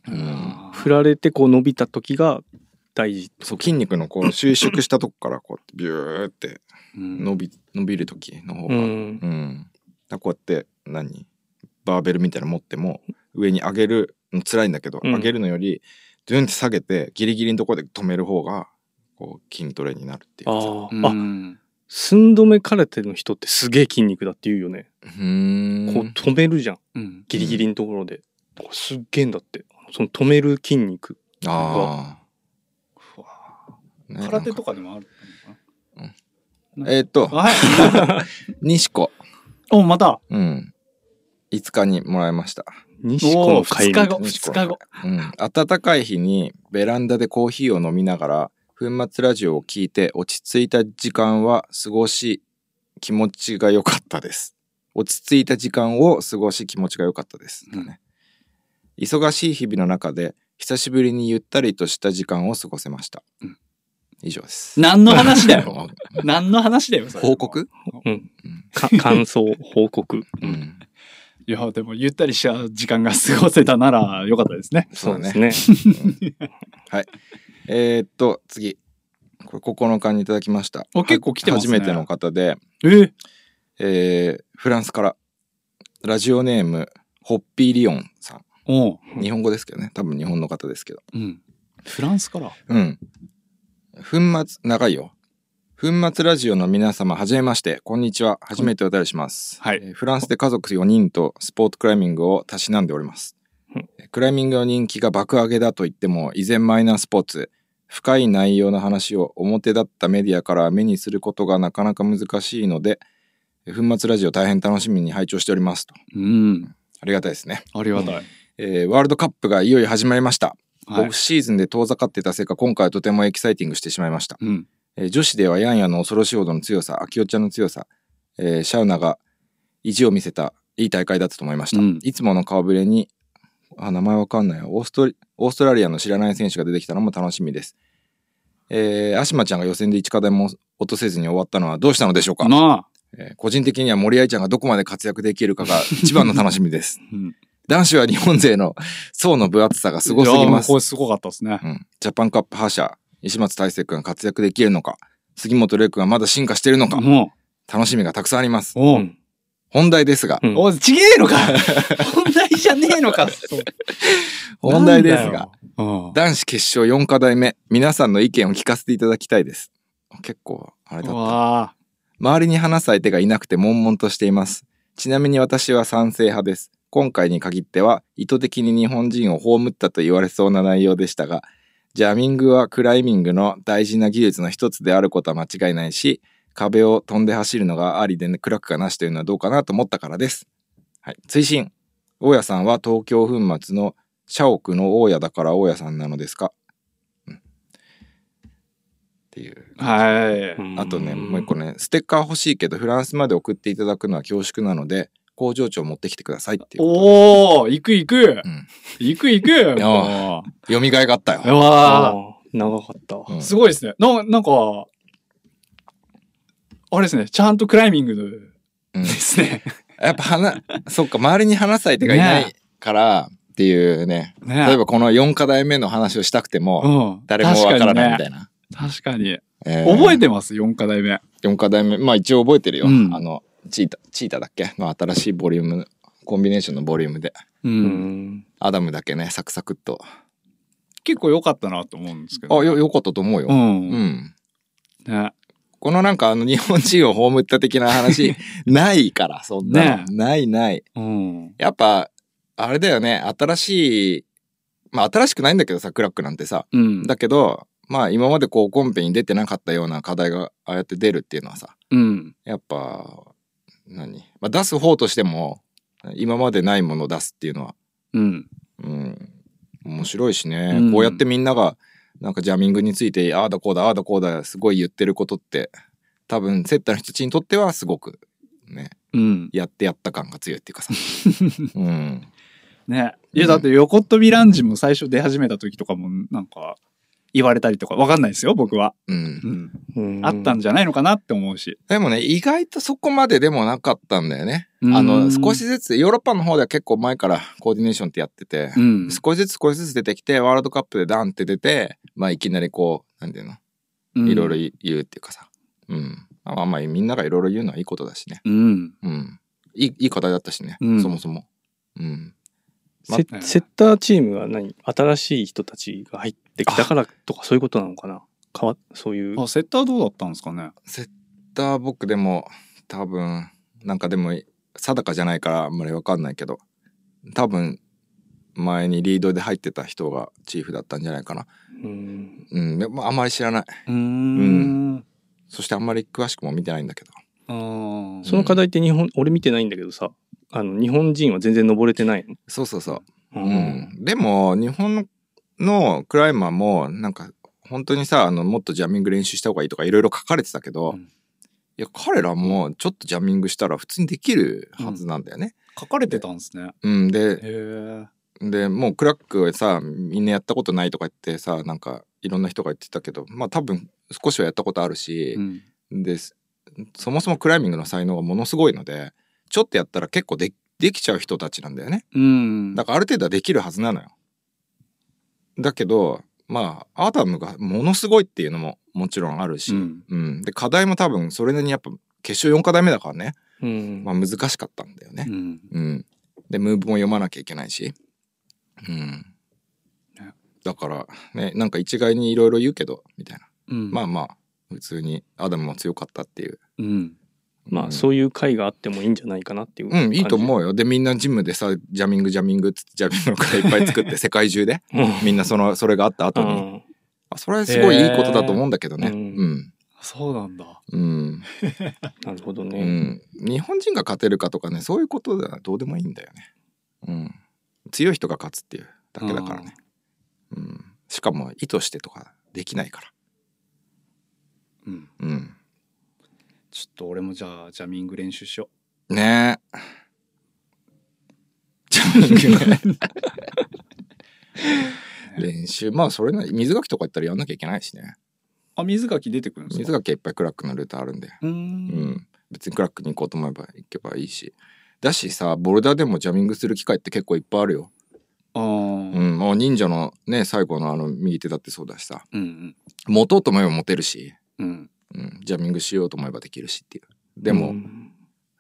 [SPEAKER 2] う
[SPEAKER 1] うん
[SPEAKER 2] ん、
[SPEAKER 3] 振られてこう伸びた時が大事。
[SPEAKER 2] そう筋肉のこう収縮したとこからこうやってビューって
[SPEAKER 1] うん
[SPEAKER 2] 伸び伸びる時の方
[SPEAKER 3] う
[SPEAKER 2] が、
[SPEAKER 3] ん。
[SPEAKER 2] うん、だからこうやって何バーベルみたいなの持っても上に上げるの辛いんだけど、
[SPEAKER 3] うん
[SPEAKER 2] 上げるのよりドゥンって下げてギリギリのところで止める方がこう筋トレになるっていう
[SPEAKER 3] あ
[SPEAKER 2] かさ
[SPEAKER 3] ー、
[SPEAKER 1] う
[SPEAKER 3] あ、
[SPEAKER 1] ん
[SPEAKER 3] 寸止め空手の人ってすげえ筋肉だって言うよね。
[SPEAKER 2] うーん
[SPEAKER 3] こう止めるじゃん。
[SPEAKER 1] うん
[SPEAKER 3] ギリギリのところで。だからすっげえんだって。その止める筋肉。
[SPEAKER 2] あ
[SPEAKER 1] ふわ
[SPEAKER 2] あ、ね
[SPEAKER 1] 空手とかでもあるのか
[SPEAKER 2] なん
[SPEAKER 1] な
[SPEAKER 2] かえー
[SPEAKER 1] あ
[SPEAKER 2] っと
[SPEAKER 1] はい。
[SPEAKER 2] 西子
[SPEAKER 1] お、また。
[SPEAKER 2] うん5日にもらいました
[SPEAKER 3] 西湖
[SPEAKER 1] お
[SPEAKER 3] の
[SPEAKER 1] ー二
[SPEAKER 3] 帰り。
[SPEAKER 1] 日後、
[SPEAKER 2] 西
[SPEAKER 1] 二
[SPEAKER 2] 子
[SPEAKER 1] 日後。
[SPEAKER 2] うん、暖かい日にベランダでコーヒーを飲みながら粉末ラジオを聞いて落ち着いた時間は過ごし気持ちが良かったです落ち着いた時間を過ごし気持ちが良かったです、
[SPEAKER 1] うん
[SPEAKER 2] ね忙しい日々の中で久しぶりにゆったりとした時間を過ごせました、
[SPEAKER 1] うん
[SPEAKER 2] 以上です
[SPEAKER 1] 何の話だよ。 何の話だよ、それ
[SPEAKER 2] 報告、
[SPEAKER 3] うん。か 感想、報告。
[SPEAKER 2] うん、
[SPEAKER 1] いや、でも、ゆったりした時間が過ごせたなら、よかったですね。
[SPEAKER 2] そうだね
[SPEAKER 3] ね。
[SPEAKER 2] えーっと次これ9日にいただきました
[SPEAKER 1] お結構来てますね
[SPEAKER 2] は初めての方で、
[SPEAKER 1] え
[SPEAKER 2] えーフランスからラジオネームホッピーリオンさん
[SPEAKER 1] おう。
[SPEAKER 2] 日本語ですけどね多分日本の方ですけど
[SPEAKER 1] うん。フランスから。
[SPEAKER 2] うん。粉末、長いよ。粉末ラジオの皆様、はじめまして。こんにちは。初めてお便りします。
[SPEAKER 1] はい
[SPEAKER 2] えーフランスで家族4人とスポーツクライミングをたしなんでおります。
[SPEAKER 3] うん
[SPEAKER 2] えークライミングの人気が爆上げだと言っても、依然マイナースポーツ。深い内容の話を表だったメディアから目にすることがなかなか難しいので、えー粉末ラジオ大変楽しみに拝聴しておりますと。
[SPEAKER 1] うん。
[SPEAKER 2] ありがたいですね。
[SPEAKER 1] ありがたい。
[SPEAKER 2] えーワールドカップがいよいよ始まりました。
[SPEAKER 1] は
[SPEAKER 2] オ
[SPEAKER 1] い
[SPEAKER 2] フ。シーズンで遠ざかっていたせいか、今回はとてもエキサイティングしてしまいました。
[SPEAKER 1] うん。
[SPEAKER 2] えー女子ではヤンヤの恐ろしいほどの強さ、秋代ちゃんの強さ、えーシャウナが意地を見せたいい大会だったと思いました。
[SPEAKER 1] うん
[SPEAKER 2] いつもの顔ぶれに、あ、名前わかんないオーストリ、オーストラリアの知らない選手が出てきたのも楽しみです。えー、アシマちゃんが予選で1課題も落とせずに終わったのはどうしたのでしょうか、
[SPEAKER 1] まあ。
[SPEAKER 2] えー個人的には森愛ちゃんがどこまで活躍できるかが一番の楽しみです。
[SPEAKER 1] うん。
[SPEAKER 2] 男子は日本勢の層の分厚さがすごす
[SPEAKER 1] い
[SPEAKER 2] ぎ
[SPEAKER 1] やも
[SPEAKER 2] ま
[SPEAKER 1] う
[SPEAKER 2] す
[SPEAKER 1] こ。れすごかったですね。
[SPEAKER 2] うん、ジャパンカップ覇者、石松大成君が活躍できるのか、杉本玲君はまだ進化してるのか、
[SPEAKER 1] も
[SPEAKER 2] 楽しみがたくさんあります
[SPEAKER 1] う。。おう
[SPEAKER 3] う。
[SPEAKER 1] ん
[SPEAKER 2] 本題ですが、
[SPEAKER 3] うん
[SPEAKER 1] おい、ちげえのか本題じゃねえのか
[SPEAKER 2] 本題ですが、。
[SPEAKER 1] うん。
[SPEAKER 2] 男子決勝4課題目、皆さんの意見を聞かせていただきたいです。結構、あれだ
[SPEAKER 1] う
[SPEAKER 2] った。
[SPEAKER 1] わ
[SPEAKER 2] 周りに話す相手がいなくて悶々としています。ちなみに私は賛成派です。今回に限っては、意図的に日本人を葬ったと言われそうな内容でしたが、ジャミングはクライミングの大事な技術の一つであることは間違いないし、壁を飛んで走るのがありで、ね、クラックがなしというのはどうかなと思ったからです。はい。追伸大家さんは東京粉末の社屋の大家だから大家さんなのですか、うん、っていう。
[SPEAKER 1] ーはい。
[SPEAKER 2] あとね、もう一個ね、ステッカー欲しいけど、フランスまで送っていただくのは恐縮なので、工場長持ってきてくださいっていう。
[SPEAKER 1] おお行く行く
[SPEAKER 2] うん
[SPEAKER 1] 行く行く
[SPEAKER 2] や
[SPEAKER 1] も
[SPEAKER 2] よみがえがあったよ
[SPEAKER 1] う。うわ
[SPEAKER 3] あー長かった。
[SPEAKER 2] うん
[SPEAKER 1] ーすごいですね。な、なんか、あれですね、ちゃんとクライミング
[SPEAKER 2] うん
[SPEAKER 1] です ね。
[SPEAKER 2] やっぱ話、 そっか、周りに話す相手がいな
[SPEAKER 1] ね
[SPEAKER 2] いからっていうね、
[SPEAKER 1] ね
[SPEAKER 2] 例えばこの4課題目の話をしたくても、
[SPEAKER 1] うん。
[SPEAKER 2] 誰もわからないみた
[SPEAKER 1] い
[SPEAKER 2] いな。
[SPEAKER 1] な。確かに。
[SPEAKER 2] えー
[SPEAKER 1] 覚えてます、?4 課題目。
[SPEAKER 2] 4課題目、まあ一応覚えてるよ。
[SPEAKER 1] うん
[SPEAKER 2] あの、チータ、チータだっけの新しいボリューム、コンビネーションのボリュームで。
[SPEAKER 1] う。
[SPEAKER 3] うんん。
[SPEAKER 2] アダムだけね、サクサクっと。
[SPEAKER 1] 結構良かったなと思うんですけ
[SPEAKER 2] あ、
[SPEAKER 1] ど。
[SPEAKER 2] よ、よかったと思うよ。
[SPEAKER 1] う。
[SPEAKER 2] うんん
[SPEAKER 1] ね。
[SPEAKER 2] このなんかあの日本人を葬った的 な話ないから、そんなの、
[SPEAKER 1] ね
[SPEAKER 2] ないない。
[SPEAKER 1] うん。
[SPEAKER 2] やっぱ、あれだよね、新しい、まあ新しくないんだけどさ、クラックなんてさ。
[SPEAKER 1] うん。
[SPEAKER 2] だけど、まあ今までこうコンペに出てなかったような課題がああやって出るっていうのはさ、
[SPEAKER 1] うん。
[SPEAKER 2] やっぱ、何まあ出す方としても、今までないものを出すっていうのは、
[SPEAKER 1] うん。
[SPEAKER 2] うん、面白いしね、
[SPEAKER 1] うん
[SPEAKER 2] こうやってみんながなんかジャミングについてああだこうだああだこうだすごい言ってることって多分セッターの人たちにとってはすごくね
[SPEAKER 1] うん。
[SPEAKER 2] やってやった感が強いってい うかさ、うん、
[SPEAKER 1] ね。いや、だって横っ飛びランジも最初出始めた時とかも、なんか、言われたりとか、わかんないですよ、僕は。
[SPEAKER 2] うん
[SPEAKER 1] う、ん。
[SPEAKER 3] うん
[SPEAKER 1] あったんじゃないのかなって思うし。
[SPEAKER 2] でもね意外とそこまででもなかったんだよね
[SPEAKER 1] うん
[SPEAKER 2] あの少しずつヨーロッパの方では結構前からコーディネーションってやってて、
[SPEAKER 1] うん。
[SPEAKER 2] 少しずつ少しずつ出てきてワールドカップでダンって出てまあいきなりこうなんていうのいろいろ言うっていうかさ、うん、まあまあまあみんながいろいろ言うのはいいことだしね
[SPEAKER 1] うん。
[SPEAKER 2] うん。いい、いい課題だったしね。
[SPEAKER 1] うん
[SPEAKER 2] そもそも。うん。
[SPEAKER 3] セセ
[SPEAKER 1] まあ
[SPEAKER 3] ッターチームは何新しい人たちが入ってきたからとかそういうことなのかなかわそういう。
[SPEAKER 1] あ、セッターどうだったんですかね。
[SPEAKER 2] セッター僕でも、多分、なんかでも、定かじゃないからあんまりわかんないけど、多分、前にリードで入ってた人がチーフだったんじゃないかな。
[SPEAKER 3] うん
[SPEAKER 2] うん。でもあんまり知らない。
[SPEAKER 1] うーん。
[SPEAKER 2] そしてあんまり詳しくも見てないんだけど。
[SPEAKER 1] うん。
[SPEAKER 3] その課題って日本、俺見てないんだけどさ、あの、日本人は全然登れてないの。
[SPEAKER 2] そうそうそう。
[SPEAKER 3] う
[SPEAKER 2] うん、でも日本のクライマーもなんか本当にさあのもっとジャミング練習した方がいいとかいろいろ書かれてたけど、
[SPEAKER 1] うん
[SPEAKER 2] いや、彼らもちょっとジャミングしたら普通にできるはずなんだよね。
[SPEAKER 1] 書かれてたんですね。
[SPEAKER 2] うん、で、
[SPEAKER 1] へ
[SPEAKER 2] で、もうクラックはさ、みんなやったことないとか言ってさ、なんかいろんな人が言ってたけど、まあ多分少しはやったことある
[SPEAKER 1] え。
[SPEAKER 2] し
[SPEAKER 1] う、ん。
[SPEAKER 2] ですそもそもクライミングの才能がものすごいので、ちょっとやったら結構でできちゃう人たちなんだよね。
[SPEAKER 1] うん。
[SPEAKER 2] だからある程度はできるはずなのよ。だけど、まあ、アダムがものすごいっていうのももちろんあるし、
[SPEAKER 1] うん
[SPEAKER 2] うん、で課題も多分それなりにやっぱ決勝4課題目だからね、
[SPEAKER 3] うん
[SPEAKER 2] まあ、難しかったんだよ
[SPEAKER 1] う
[SPEAKER 2] ね、
[SPEAKER 1] ん。
[SPEAKER 2] うんでムーブも読まなきゃいけないし、うん
[SPEAKER 1] ね、
[SPEAKER 2] だからねなんか一概にいろいろ言うけどみたいな、
[SPEAKER 1] うん。
[SPEAKER 2] まあまあ普通にアダムも強かったっていう、
[SPEAKER 1] うん。
[SPEAKER 3] まあ、
[SPEAKER 2] ん
[SPEAKER 3] そういう回があってもいいんじゃないかなっていう。
[SPEAKER 2] うんいいと思
[SPEAKER 3] う。
[SPEAKER 2] うよでみんなジムでさジャミングジャミングっつってジャミングの課題いっぱい作って世界中でみんなそのそれがあった後
[SPEAKER 3] う
[SPEAKER 2] に、
[SPEAKER 3] ん。
[SPEAKER 2] あそれはすごいいいことだと思うんだけどね、
[SPEAKER 3] へー
[SPEAKER 2] うん
[SPEAKER 1] そうなんだ。
[SPEAKER 2] うん
[SPEAKER 3] なるほど
[SPEAKER 2] う
[SPEAKER 3] ね。
[SPEAKER 2] ん、日本人が勝てるかとかねそういうことではどうでもいいんだよね、うん、強い人が勝つっていうだけだからね、うん、しかも意図してとかできないか
[SPEAKER 1] うん。
[SPEAKER 2] ら、うん、
[SPEAKER 1] ちょっと俺もじゃあ、ジャミング練習しよ
[SPEAKER 2] ねえジャミングね練習まあそれなり水垣とか行ったらやんなきゃいけないしね
[SPEAKER 1] う。あ、水垣出てくるんです
[SPEAKER 2] 水
[SPEAKER 1] か
[SPEAKER 2] 垣はいっぱいクラックのルートあるんで、
[SPEAKER 1] うー。
[SPEAKER 2] うんん、別にクラックに行こうと思えば行けばいいしだしさボルダーでもジャミングする機会って結構いっぱいあるよ
[SPEAKER 1] ああ。
[SPEAKER 2] う、
[SPEAKER 1] うん
[SPEAKER 2] もう忍者のね、最後のあの右手だってそうだしさ、
[SPEAKER 1] ん。
[SPEAKER 2] 持とうと思えば持てるし、
[SPEAKER 1] うん。
[SPEAKER 2] うん、ジャミングしようと思えばできるしっていう。でも、
[SPEAKER 3] うん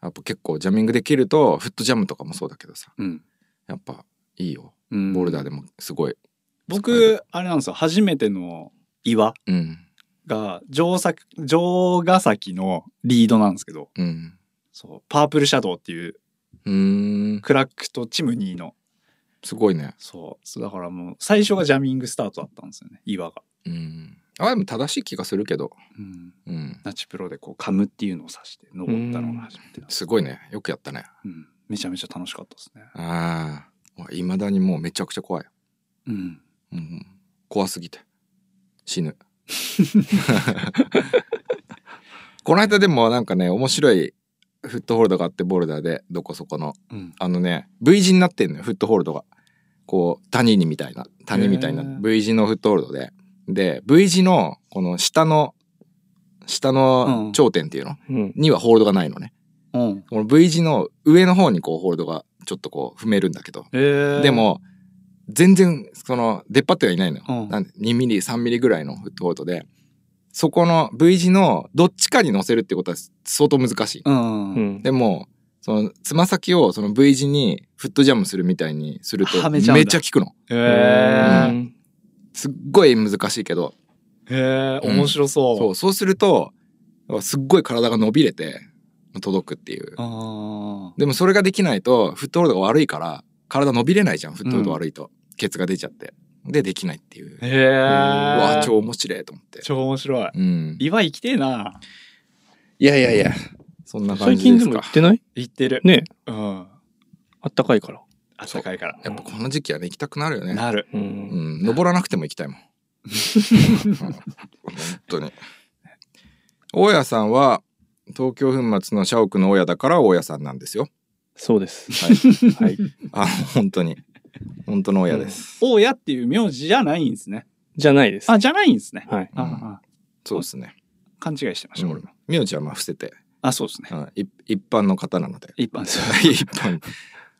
[SPEAKER 2] やっぱ結構ジャミングできると、フットジャムとかもそうだけどさ、
[SPEAKER 1] うん。
[SPEAKER 2] やっぱいいよ。
[SPEAKER 1] うん。
[SPEAKER 2] ボルダー
[SPEAKER 1] で。
[SPEAKER 2] でもすごい。
[SPEAKER 1] 僕、あれなんですよ。初めての岩
[SPEAKER 2] うん、
[SPEAKER 1] が、城崎、城ヶ崎のリードなんですけど、
[SPEAKER 2] うん。
[SPEAKER 1] そう、パープルシャドウっていう、
[SPEAKER 2] うーん、
[SPEAKER 1] クラックとチムニーの、
[SPEAKER 2] すごいね。
[SPEAKER 1] そう、そうだからもう、最初がジャミングスタートだったんですよね、岩が。
[SPEAKER 2] うん。あ、でも正しい気がするけど、
[SPEAKER 1] うん。
[SPEAKER 2] うん。
[SPEAKER 1] ナチプロでこう、カムっていうのを指して、登ったのが初めてなんです。
[SPEAKER 2] すごいね。よくやったね。
[SPEAKER 1] うん。めちゃめちゃ楽しかったですね。
[SPEAKER 2] ああ。いまだにもうめちゃくちゃ怖い。
[SPEAKER 1] うん。
[SPEAKER 2] うん、怖すぎて死ぬ この間でもなんかね面白いフットホールドがあってボルダーでどこそこの
[SPEAKER 1] うん。
[SPEAKER 2] あのね V 字になってんのよフットホールドがこう谷にみたいな谷みたいな
[SPEAKER 1] へー
[SPEAKER 2] V 字のフットホールドでで V 字のこの下の下の頂点っていうの、
[SPEAKER 3] うん。
[SPEAKER 2] にはホールドがないのね
[SPEAKER 1] うん。
[SPEAKER 2] この V 字の上の方にこうホールドがちょっとこう踏めるんだけど
[SPEAKER 1] えー、
[SPEAKER 2] で、も、全然、その、出っ張ってはいないのよ。
[SPEAKER 1] うん
[SPEAKER 2] なんで、2ミリ、3ミリぐらいのフットボートで、そこの V 字のどっちかに乗せるってことは相当難しい。
[SPEAKER 1] うん。
[SPEAKER 3] う
[SPEAKER 1] うん、
[SPEAKER 3] ん。
[SPEAKER 2] でも、その、つま先をその V 字にフットジャムするみたいにすると、
[SPEAKER 1] はめ
[SPEAKER 2] めっち
[SPEAKER 1] ち
[SPEAKER 2] ゃ
[SPEAKER 1] ゃうんだ
[SPEAKER 2] 効くの。
[SPEAKER 1] えー、
[SPEAKER 3] うん
[SPEAKER 2] すっごい難しいけど、
[SPEAKER 1] えー、
[SPEAKER 2] うん
[SPEAKER 1] 面白そう。
[SPEAKER 2] そう、そうすると、すっごい体が伸びれて、届くっていう。
[SPEAKER 1] あ
[SPEAKER 2] でもそれができないと、フットボールが悪いから、体伸びれないじゃん、フットボール悪いと。ケツが出ちゃって。で、できないっていう。
[SPEAKER 1] あ。えー、
[SPEAKER 2] うわ
[SPEAKER 1] わ
[SPEAKER 2] 超面白いと思って。
[SPEAKER 1] 超面白い。
[SPEAKER 2] うん。
[SPEAKER 1] 岩行きてえな。
[SPEAKER 2] いやいやいや、そんな感
[SPEAKER 3] 最
[SPEAKER 2] じで
[SPEAKER 3] 近ですも
[SPEAKER 2] か
[SPEAKER 3] 行っ。てない
[SPEAKER 1] 行ってる。
[SPEAKER 3] ね
[SPEAKER 1] うん。
[SPEAKER 3] あったかいから。
[SPEAKER 1] 暖かいから。
[SPEAKER 2] やっぱこの時期はね、行きたくなるよね。
[SPEAKER 1] なる。
[SPEAKER 3] う。
[SPEAKER 2] うんん、登らなくても行きた いもん。うん本当に。大家さんは、東京粉末の社屋の大家だから大家さんなんですよ。
[SPEAKER 3] そうです。
[SPEAKER 2] はい
[SPEAKER 3] はい。
[SPEAKER 2] あ、本当に。本当の大家です。
[SPEAKER 1] 大家っていう名字じゃないんですね。
[SPEAKER 3] じゃないです。
[SPEAKER 1] あ、じゃないんですね。
[SPEAKER 3] はい。
[SPEAKER 2] うん
[SPEAKER 1] ああ
[SPEAKER 2] そうですね。
[SPEAKER 1] 勘違いしてました、俺も。
[SPEAKER 2] みおちゃんは伏せて、
[SPEAKER 1] あ、そうですね。。
[SPEAKER 2] うんい一般の方なので
[SPEAKER 1] 一般です。
[SPEAKER 2] 一般、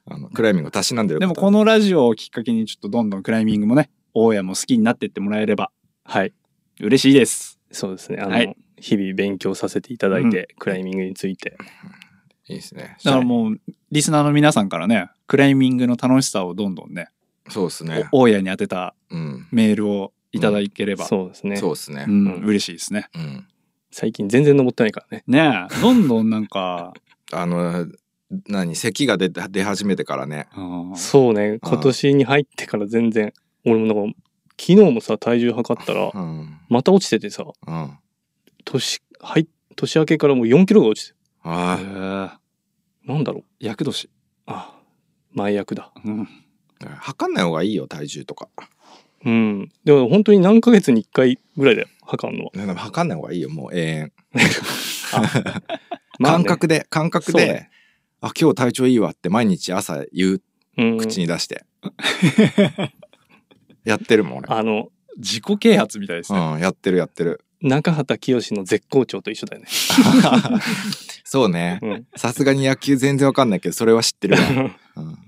[SPEAKER 2] あの、クライミングをたしなんでる
[SPEAKER 1] で
[SPEAKER 2] 方
[SPEAKER 1] もこのラジオをきっかけにちょっとどんどんクライミングもね、大家も好きになってってもらえれば
[SPEAKER 3] はい。
[SPEAKER 1] 嬉しいです。
[SPEAKER 3] そうですね。
[SPEAKER 1] は
[SPEAKER 3] あの
[SPEAKER 1] い、
[SPEAKER 3] 日々勉強させていただいて、クライミングについて。
[SPEAKER 2] いいですね。
[SPEAKER 1] だからもう、リスナーの皆さんからね、クライミングの楽しさをどんどんね、
[SPEAKER 2] そうですね。
[SPEAKER 1] お大家に当てた
[SPEAKER 2] うん。
[SPEAKER 1] メールをいただければ、
[SPEAKER 3] そうですね。
[SPEAKER 2] そうですね
[SPEAKER 1] う。ん、嬉しいですね。
[SPEAKER 2] うん。
[SPEAKER 3] 最近全然登ってないからね。
[SPEAKER 1] ね え、どんどんなん か、
[SPEAKER 2] あの、何、咳が出て出始めてからね。
[SPEAKER 1] うん
[SPEAKER 3] そうね。
[SPEAKER 2] あー
[SPEAKER 3] 今年に入ってから全然、俺もなんか、昨日もさ、体重測ったら
[SPEAKER 2] う、ん。
[SPEAKER 3] また落ちててさ、
[SPEAKER 2] うん。あ
[SPEAKER 3] 年、はい、年明けからもう4キロが落ちて
[SPEAKER 1] へ
[SPEAKER 2] あ。
[SPEAKER 1] え
[SPEAKER 3] る。なんだろう。
[SPEAKER 1] 厄年。
[SPEAKER 3] あ、前役だ。
[SPEAKER 1] うん。
[SPEAKER 2] 測んない方がいいよ、体重とか。
[SPEAKER 3] うん。でも本当に何ヶ月に1回ぐらいだよ、測るのは。
[SPEAKER 2] ねでも測んない方がいいよ、もう永遠。
[SPEAKER 3] まあ
[SPEAKER 2] 感
[SPEAKER 3] ね
[SPEAKER 2] 覚で、感覚
[SPEAKER 3] そう
[SPEAKER 2] で、
[SPEAKER 3] ね
[SPEAKER 2] あ、今日体調いいわって毎日朝言う、
[SPEAKER 3] うん
[SPEAKER 2] 口に出 して。やってるもん、俺。
[SPEAKER 3] あの
[SPEAKER 1] 自己啓発みたいですね。
[SPEAKER 2] うん、やってるやって る。
[SPEAKER 3] 中畑清の絶好調と一緒だよね、
[SPEAKER 2] そうね
[SPEAKER 3] う。ん、
[SPEAKER 2] さすがに野球全然わかんないけど、それは知ってるわ。 うん、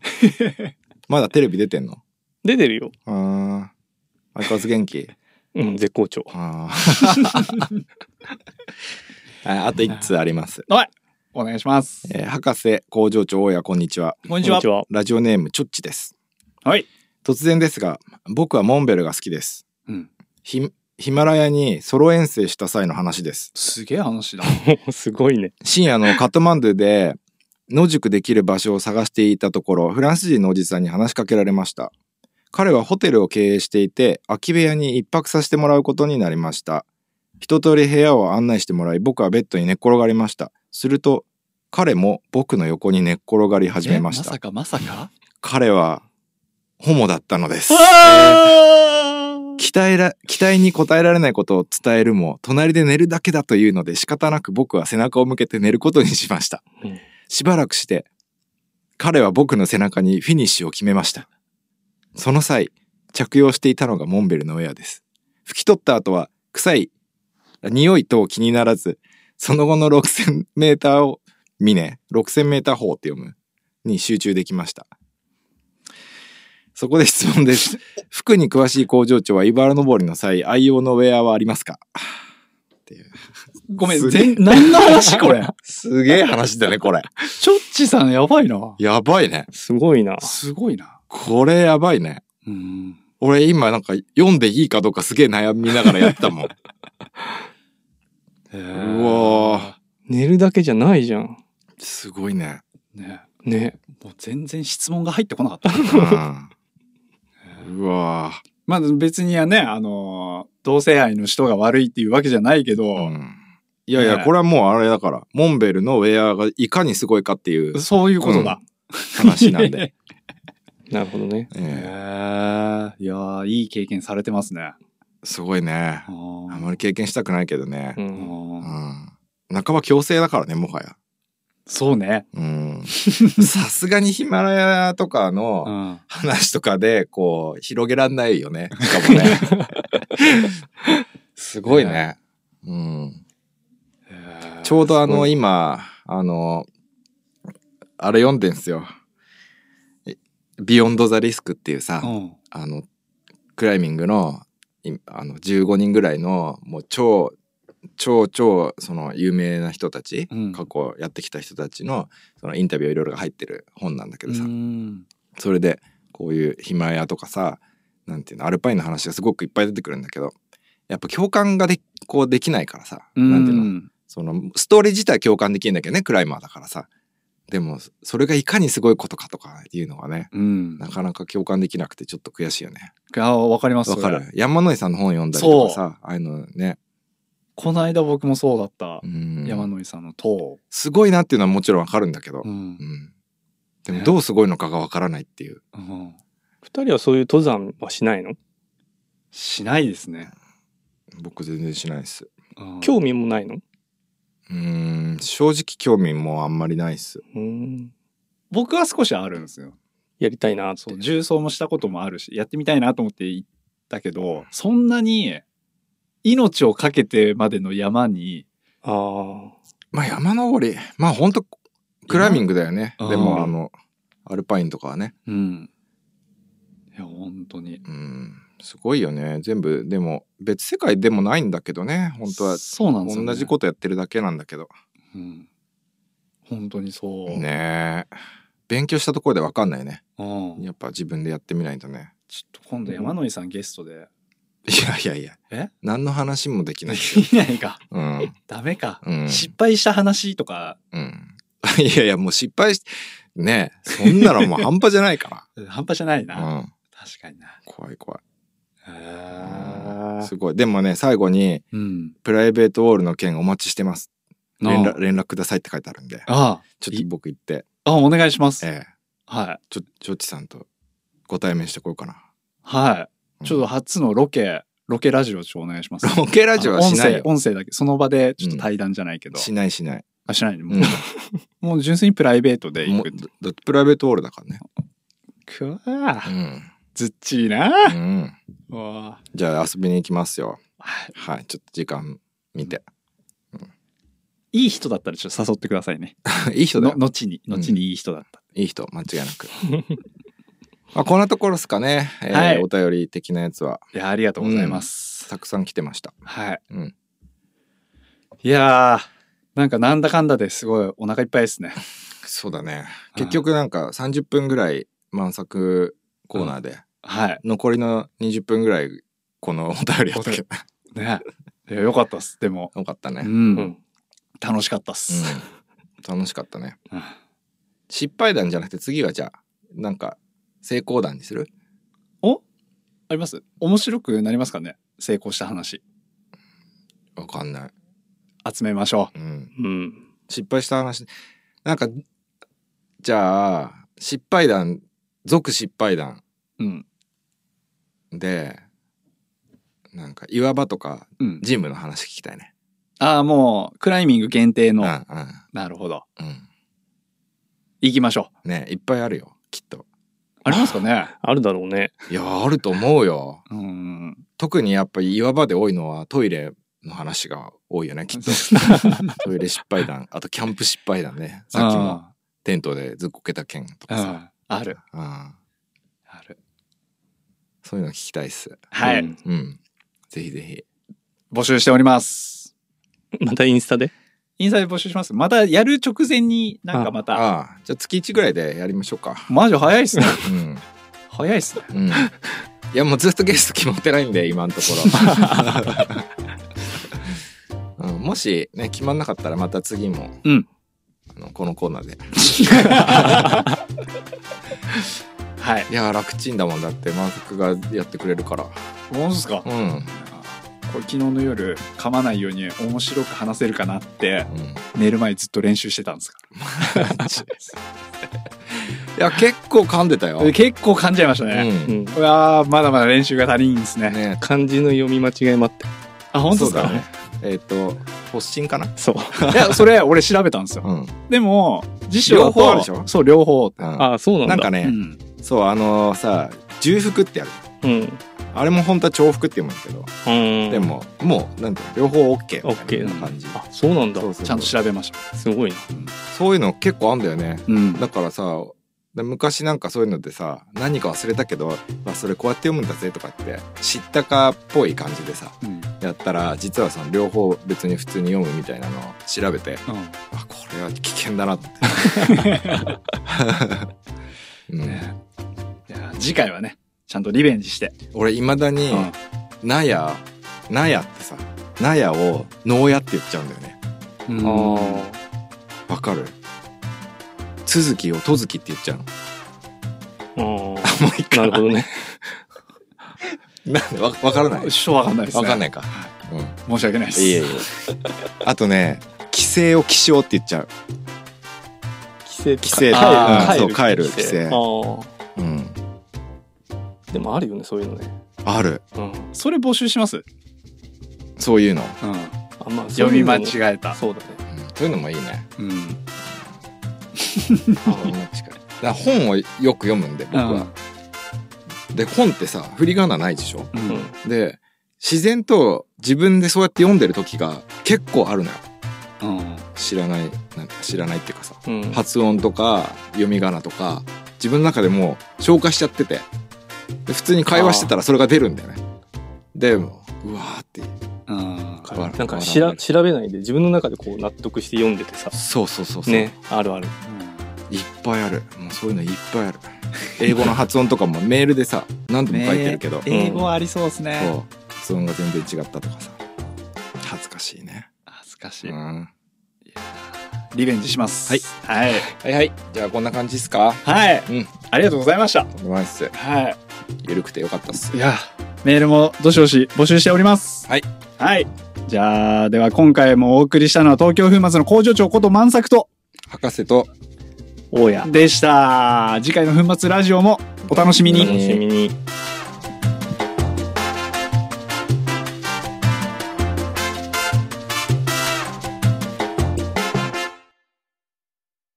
[SPEAKER 2] まだテレビ出てんの
[SPEAKER 3] 出てるよ、
[SPEAKER 2] うーん。相変わらず元気。
[SPEAKER 3] うん、絶好調
[SPEAKER 2] あーああと一通あります。
[SPEAKER 1] お願いします。
[SPEAKER 2] えー博士、工場長、大家、こんにちは。
[SPEAKER 1] こんにちは。
[SPEAKER 3] は
[SPEAKER 2] ラジオネーム、チョッチです。
[SPEAKER 1] はい。
[SPEAKER 2] 突然ですが、僕はモンベルが好きです。
[SPEAKER 1] うん
[SPEAKER 2] ヒヒマラヤにソロ遠征した際の話です。
[SPEAKER 1] すげえ話だ。
[SPEAKER 3] すごいね
[SPEAKER 2] 深夜のカトマンドゥで野宿できる場所を探していたところ、フランス人のおじさんに話しかけられました。彼はホテルを経営していて、空き部屋に一泊させてもらうことになりました。一通り部屋を案内してもらい、僕はベッドに寝っ転がりました。すると、彼も僕の横に寝っ転がり始めまし
[SPEAKER 1] え
[SPEAKER 2] た
[SPEAKER 1] まさ。かまさか。
[SPEAKER 2] 彼は、ホモだったのです。 期待ら、期待に応えられないことを伝えるも、隣で寝るだけだというので仕方なく僕は背中を向けて寝ることにしました
[SPEAKER 3] うん。
[SPEAKER 2] しばらくして、彼は僕の背中にフィニッシュを決めました。その際、着用していたのがモンベルのウェアです。拭き取った後は、臭い、匂い等気にならず、その後の6000メーターを、ミネ、6000メーター方って読む、に集中できました。そこで質問です。 服に詳しい工場長は茨登りの際、愛用のウェアはありますか
[SPEAKER 1] ごめん、
[SPEAKER 2] すげえ
[SPEAKER 1] 全、何の話 これ。
[SPEAKER 2] すげえ話だね、これ。
[SPEAKER 1] ちょっちさんやばいな。
[SPEAKER 2] やばいね。
[SPEAKER 3] すごいな
[SPEAKER 1] すごいな。
[SPEAKER 2] これやばいね。
[SPEAKER 1] うん。
[SPEAKER 2] 俺今なんか読んでいいかどうかすげえ悩みながらやってたもん。
[SPEAKER 1] う
[SPEAKER 2] うわ
[SPEAKER 3] 寝るだけじゃないじゃん
[SPEAKER 2] ーすごいね。
[SPEAKER 1] ね
[SPEAKER 3] ね
[SPEAKER 1] もう全然質問が入ってこなかった。
[SPEAKER 2] うん、うわ
[SPEAKER 1] まあ別にはね、あのー同性愛の人が悪いっていうわけじゃないけ
[SPEAKER 2] ー、
[SPEAKER 1] ど、
[SPEAKER 2] うんいやいや、
[SPEAKER 1] ね
[SPEAKER 2] これはもうあれだから、モンベルのウェアがいかにすごいかっていう
[SPEAKER 1] そういうことだ。
[SPEAKER 2] 話なんで。
[SPEAKER 3] なるほどね
[SPEAKER 1] へ
[SPEAKER 2] ええ
[SPEAKER 1] えいやーいい経験されてますね。
[SPEAKER 2] すごいね
[SPEAKER 1] あ。
[SPEAKER 2] あ
[SPEAKER 1] ー
[SPEAKER 2] まり経験したくないけどね
[SPEAKER 3] う。
[SPEAKER 1] あ
[SPEAKER 3] ん
[SPEAKER 2] うん
[SPEAKER 1] ー。
[SPEAKER 2] 半ば強制だからね、もはや。
[SPEAKER 1] そうね。
[SPEAKER 2] うん。さすがにヒマラヤとかの、
[SPEAKER 1] うん。
[SPEAKER 2] 話とかで、こう、広げらんないよね。しかも ね。すごいね。うん。ちょうどあの、
[SPEAKER 1] い
[SPEAKER 2] 今、あの、あれ読んでんすよ。えビヨンド・ザ・リスクっていうさ
[SPEAKER 1] う、ん。
[SPEAKER 2] あの、クライミングの、いあの、15人ぐらいの、もう超、超、超、その、有名な人たち、
[SPEAKER 1] うん
[SPEAKER 2] 過去やってきた人たちの、その、インタビューいろいろが入ってる本なんだけどさ、
[SPEAKER 1] うん
[SPEAKER 2] それでこういうヒマラヤとかさなんていうのアルパインの話がすごくいっぱい出てくるんだけどやっぱ共感がでこうできないからさ、なんていうのそのストーリー自体共感できるんだけどねクライマーだからさでもそれがいかにすごいことかとかいうのがね
[SPEAKER 1] うん。
[SPEAKER 2] なかなか共感できなくてちょっと悔しいよね
[SPEAKER 1] あわかります。
[SPEAKER 2] わか
[SPEAKER 1] そ
[SPEAKER 2] る
[SPEAKER 1] れ
[SPEAKER 2] 山野井さんの本読んだりとかさああいうのね
[SPEAKER 1] この間僕もそうだった
[SPEAKER 2] う。ん
[SPEAKER 1] 山野井さんの塔。
[SPEAKER 2] すごいなっていうのはもちろんわかるんだけど、
[SPEAKER 1] うん
[SPEAKER 2] う。んでもどうすごいのかがわからないっていう
[SPEAKER 1] うん
[SPEAKER 3] 二人はそういう登山はしないの
[SPEAKER 1] しないですね。
[SPEAKER 2] 僕全然しないです
[SPEAKER 1] うん
[SPEAKER 3] 興味もないの
[SPEAKER 2] うーん正直興味もあんまりないっす。
[SPEAKER 3] うん
[SPEAKER 1] 僕は少しあるんですよ。
[SPEAKER 3] やりたいなって
[SPEAKER 1] そう重曹もしたこともあるしやってみたいなと思って行ったけどそんなに命を懸けてまでの山に
[SPEAKER 3] あ
[SPEAKER 2] まあ山登りまあほんとクライミングだよね。
[SPEAKER 1] うん
[SPEAKER 2] で
[SPEAKER 1] う
[SPEAKER 2] も
[SPEAKER 1] ん
[SPEAKER 2] あのアルパインとかはね
[SPEAKER 1] うんいや本当に
[SPEAKER 2] うんすごいよね全部でも別世界でもないんだけどね本当は
[SPEAKER 1] そうなんですよ、ね、
[SPEAKER 2] 同じことやってるだけなんだけど
[SPEAKER 1] と、うん、本当にそう、
[SPEAKER 2] ねえ勉強したところで分かんないね
[SPEAKER 1] うん、
[SPEAKER 2] やっぱ自分でやってみないとね
[SPEAKER 1] ちょっと今度山野井さんゲストで
[SPEAKER 2] いやいやいや
[SPEAKER 1] え
[SPEAKER 2] 何の話もできない
[SPEAKER 1] できないか
[SPEAKER 2] うん
[SPEAKER 1] ダメか、
[SPEAKER 2] うん
[SPEAKER 1] 失敗した話とか
[SPEAKER 2] うん いやいやもう失敗しねえそんなのもう半端じゃな いか
[SPEAKER 1] 半端じゃないな、
[SPEAKER 2] らうん
[SPEAKER 1] 確かにな
[SPEAKER 2] 怖い怖い
[SPEAKER 1] へ
[SPEAKER 2] すごい。でもね、最後に、
[SPEAKER 1] えうん
[SPEAKER 2] プライベートウォールの件お待ちしてます。連絡
[SPEAKER 1] あ
[SPEAKER 2] 連絡くださいって書いてあるんで、
[SPEAKER 1] あ
[SPEAKER 2] ちょっと僕行って、
[SPEAKER 1] あお願いします
[SPEAKER 2] ええ、
[SPEAKER 1] はい
[SPEAKER 2] ちょ、ちょっちさんとご対面してこようかな。
[SPEAKER 1] はいちょっと
[SPEAKER 2] と、
[SPEAKER 1] 初のロケ、ロケラジオちょっとお願いします。
[SPEAKER 2] ロケラジオはしない
[SPEAKER 1] あ
[SPEAKER 2] よ
[SPEAKER 1] の。音声、音声だけ、その場でちょっと対談じゃないけど。
[SPEAKER 2] しない しない。
[SPEAKER 1] あ、しないねもう、
[SPEAKER 2] うん
[SPEAKER 1] もう純粋にプライベートで行
[SPEAKER 2] も
[SPEAKER 1] く
[SPEAKER 2] う。だだってプライベートオールだからね。
[SPEAKER 1] くわー
[SPEAKER 2] うん。
[SPEAKER 1] ずっちいな
[SPEAKER 2] うん。
[SPEAKER 1] うわー
[SPEAKER 2] じゃあ遊びに行きますよ。はい。ちょっと時間見て。
[SPEAKER 1] いい人だったらちょっと誘ってくださいね。
[SPEAKER 2] いい人だ
[SPEAKER 1] の
[SPEAKER 2] よ。
[SPEAKER 1] 後に、後にいい人だった。
[SPEAKER 2] いい人、間違いな く。まあ、こんなところですかね。えー
[SPEAKER 1] はい
[SPEAKER 2] お便り的なやつはい
[SPEAKER 1] や、ありがとうございます。
[SPEAKER 2] たくさん来てました。
[SPEAKER 1] はい。
[SPEAKER 2] うん。
[SPEAKER 1] いやー、なんかなんだかんだですごいお腹いっぱいですね。
[SPEAKER 2] そうだね。
[SPEAKER 1] はい
[SPEAKER 2] 結局なんか30分ぐらい満作コーナーで、
[SPEAKER 1] はい。
[SPEAKER 2] 残りの20分ぐらいこのお 便りやったけど。
[SPEAKER 1] ね。いや、よかったっす。でも、
[SPEAKER 2] よかったね。
[SPEAKER 1] う
[SPEAKER 2] うん
[SPEAKER 1] ん。
[SPEAKER 3] うん
[SPEAKER 1] 楽しかったっす。
[SPEAKER 2] 楽しかったね。
[SPEAKER 1] うん
[SPEAKER 2] 失敗談じゃなくて次はじゃあ、なんか成功談にする
[SPEAKER 1] あります面白くなりますかね成功した話。
[SPEAKER 2] わかんない。
[SPEAKER 1] 集めましょ
[SPEAKER 2] うん。
[SPEAKER 3] うん。
[SPEAKER 2] 失敗した話なんかじゃあ失敗談続失敗談
[SPEAKER 1] う。うん。
[SPEAKER 2] でなんか岩場とか
[SPEAKER 1] うん。
[SPEAKER 2] ジムの話聞きたいね。
[SPEAKER 1] ああ、もう、クライミング限定
[SPEAKER 2] う
[SPEAKER 1] の
[SPEAKER 2] ん。う
[SPEAKER 1] なるほど。
[SPEAKER 2] んうん。
[SPEAKER 1] 行きましょう。
[SPEAKER 2] ねいっぱいあるよきっと。
[SPEAKER 1] ありますかね
[SPEAKER 3] あるだろうね。
[SPEAKER 2] いやあると思うよ。
[SPEAKER 1] うん。
[SPEAKER 2] 特にやっぱり岩場で多いのはトイレの話が多いよ ねきっと。トイレ失敗談あとキャンプ失敗談ねさっきもテントでずっこけた件と
[SPEAKER 1] う
[SPEAKER 2] か
[SPEAKER 1] ん。う
[SPEAKER 2] さ、
[SPEAKER 1] んある。
[SPEAKER 2] うん、
[SPEAKER 1] ある。
[SPEAKER 2] そういうの聞きたいっす。
[SPEAKER 1] はい。
[SPEAKER 3] うん
[SPEAKER 2] うん、ぜひぜひ。
[SPEAKER 1] 募集しております。
[SPEAKER 3] またインスタで。
[SPEAKER 1] インスタで募集します。またやる直前になんかまた。
[SPEAKER 2] ああじゃあ月1ぐらいでやりましょうか。
[SPEAKER 1] マジ早いっ すね。
[SPEAKER 2] うん
[SPEAKER 1] 早いっす ね。
[SPEAKER 2] うん、いやもうずっとゲスト決まってないんで今のとこ ろ、うん、もしね決まんなかったらまた次も、
[SPEAKER 1] うん
[SPEAKER 2] あのこのコーナーで
[SPEAKER 1] はい。
[SPEAKER 2] いや楽ちんだもんだってマークがやってくれるから
[SPEAKER 1] 本当ですか、
[SPEAKER 2] うん、うん、
[SPEAKER 1] これ昨日の夜、噛まないように面白く話せるかなって、寝る前ずっと練習してたんですか
[SPEAKER 2] いや結構噛んでたよ、
[SPEAKER 1] ら。結構噛んじゃいました
[SPEAKER 2] う
[SPEAKER 1] ね。
[SPEAKER 2] ん、
[SPEAKER 3] うん
[SPEAKER 1] うわーまだまだ練習が足りんですね。
[SPEAKER 2] ね
[SPEAKER 3] 漢字の読み間違いもあって。
[SPEAKER 1] あ、本当です
[SPEAKER 2] そ
[SPEAKER 1] か
[SPEAKER 2] うだねえっ、と発疹かな、
[SPEAKER 3] そう。
[SPEAKER 1] いや、それ俺調べたんですよ。
[SPEAKER 2] うん、
[SPEAKER 1] でも、辞書だと
[SPEAKER 2] 両方あるでしょ
[SPEAKER 1] そう、両方。
[SPEAKER 2] あ
[SPEAKER 3] ああ、そうなんだ。
[SPEAKER 2] なんかね、
[SPEAKER 1] うん。
[SPEAKER 2] そうあのさ重複ってある
[SPEAKER 3] うん。うん。
[SPEAKER 2] あれも本当は重複って読むんだけどでも、もう、なんていうの、両方 OK みたいな感じ。
[SPEAKER 3] あ、そうなんだ。
[SPEAKER 2] そうそう
[SPEAKER 1] ちゃんと調べました。
[SPEAKER 3] すごいな。
[SPEAKER 2] そういうの結構あんだよね。
[SPEAKER 1] うん
[SPEAKER 2] だからさ、で昔なんかそういうのでさ、何か忘れたけど、まあ、それこうやって読むんだぜとかって、知ったかっぽい感じでさ、
[SPEAKER 1] うん。
[SPEAKER 2] やったら、実はその両方別に普通に読むみたいなのを調べて、
[SPEAKER 1] うん
[SPEAKER 2] あ、これは危険だ なって。うん、
[SPEAKER 1] ねいや次回はねちゃんとリベンジして、
[SPEAKER 2] 俺、いまだに、
[SPEAKER 1] うん
[SPEAKER 2] なや、なやってさ、なやを、のうやって言っちゃうんだよね。
[SPEAKER 1] あ
[SPEAKER 2] わかる続きをとずきって言っちゃうの。
[SPEAKER 3] ああ。もう
[SPEAKER 2] 一
[SPEAKER 3] なるほどね。
[SPEAKER 2] なんでわわからない
[SPEAKER 1] ーち ょっとわかんないです
[SPEAKER 2] わ
[SPEAKER 1] ね
[SPEAKER 2] かんないか。うん。
[SPEAKER 1] 申し訳ないです
[SPEAKER 2] いえいえ。あとね、規制を気象って言っちゃう。
[SPEAKER 3] 規制
[SPEAKER 2] 規制。
[SPEAKER 1] あ
[SPEAKER 2] うん
[SPEAKER 1] ー
[SPEAKER 2] そう、帰る規制。
[SPEAKER 3] あ
[SPEAKER 2] うん。
[SPEAKER 3] あ。でもあるよね、そういうのね。
[SPEAKER 2] ある。
[SPEAKER 3] うん。
[SPEAKER 1] それ募集します、
[SPEAKER 2] そういうの。
[SPEAKER 1] うん、
[SPEAKER 3] あまあ、
[SPEAKER 1] 読み間
[SPEAKER 3] い
[SPEAKER 1] 違えた
[SPEAKER 3] そうだね。
[SPEAKER 2] うんそういうのもいいね。
[SPEAKER 1] うん
[SPEAKER 2] 読み間違いだから本をよく読むんで、僕は。で、本ってさ、振り仮名ないでしょ
[SPEAKER 1] うん
[SPEAKER 3] うん。
[SPEAKER 2] で、自然と自分でそうやって読んでる時が結構あるのよ。
[SPEAKER 1] うん
[SPEAKER 2] 知らない、なんか知らないっていうかさ。
[SPEAKER 3] うん。
[SPEAKER 2] 発音とか読み仮名とか自分の中でもう消化しちゃっててで普通に会話してたらそれが出るんだよねでもううわーって
[SPEAKER 1] うん
[SPEAKER 2] 変わる
[SPEAKER 3] なんかし
[SPEAKER 2] 変わ
[SPEAKER 3] ら
[SPEAKER 2] る
[SPEAKER 3] 調べないで自分の中でこう納得して読んでてさ
[SPEAKER 2] そうそうそうそう、
[SPEAKER 3] ねあるある
[SPEAKER 2] いっぱいあるもうそういうのいっぱいある英語の発音とかもメールでさ何度も書いてるけ ど、
[SPEAKER 1] 英語ありそうです
[SPEAKER 2] そ
[SPEAKER 1] ね
[SPEAKER 2] う発音が全然違ったとかさ恥ずかしいね、
[SPEAKER 1] 恥ずかし
[SPEAKER 2] う
[SPEAKER 1] い、
[SPEAKER 2] ん、は
[SPEAKER 1] リベンジします
[SPEAKER 2] は
[SPEAKER 1] は
[SPEAKER 2] い
[SPEAKER 1] い、
[SPEAKER 2] いはいじゃあこんな感じですか
[SPEAKER 1] はい
[SPEAKER 2] うん
[SPEAKER 1] ありがとうございました
[SPEAKER 2] とんでもないっす
[SPEAKER 1] は
[SPEAKER 2] ゆるくてよかったっす
[SPEAKER 1] いいやメールもどしどし募集しております
[SPEAKER 2] はい
[SPEAKER 1] はいじゃあでは今回もお送りしたのは東京粉末の工場長こと万作と
[SPEAKER 2] 博士と
[SPEAKER 3] 大家
[SPEAKER 1] でした次回の粉末ラジオもお楽しみに
[SPEAKER 3] 楽しみに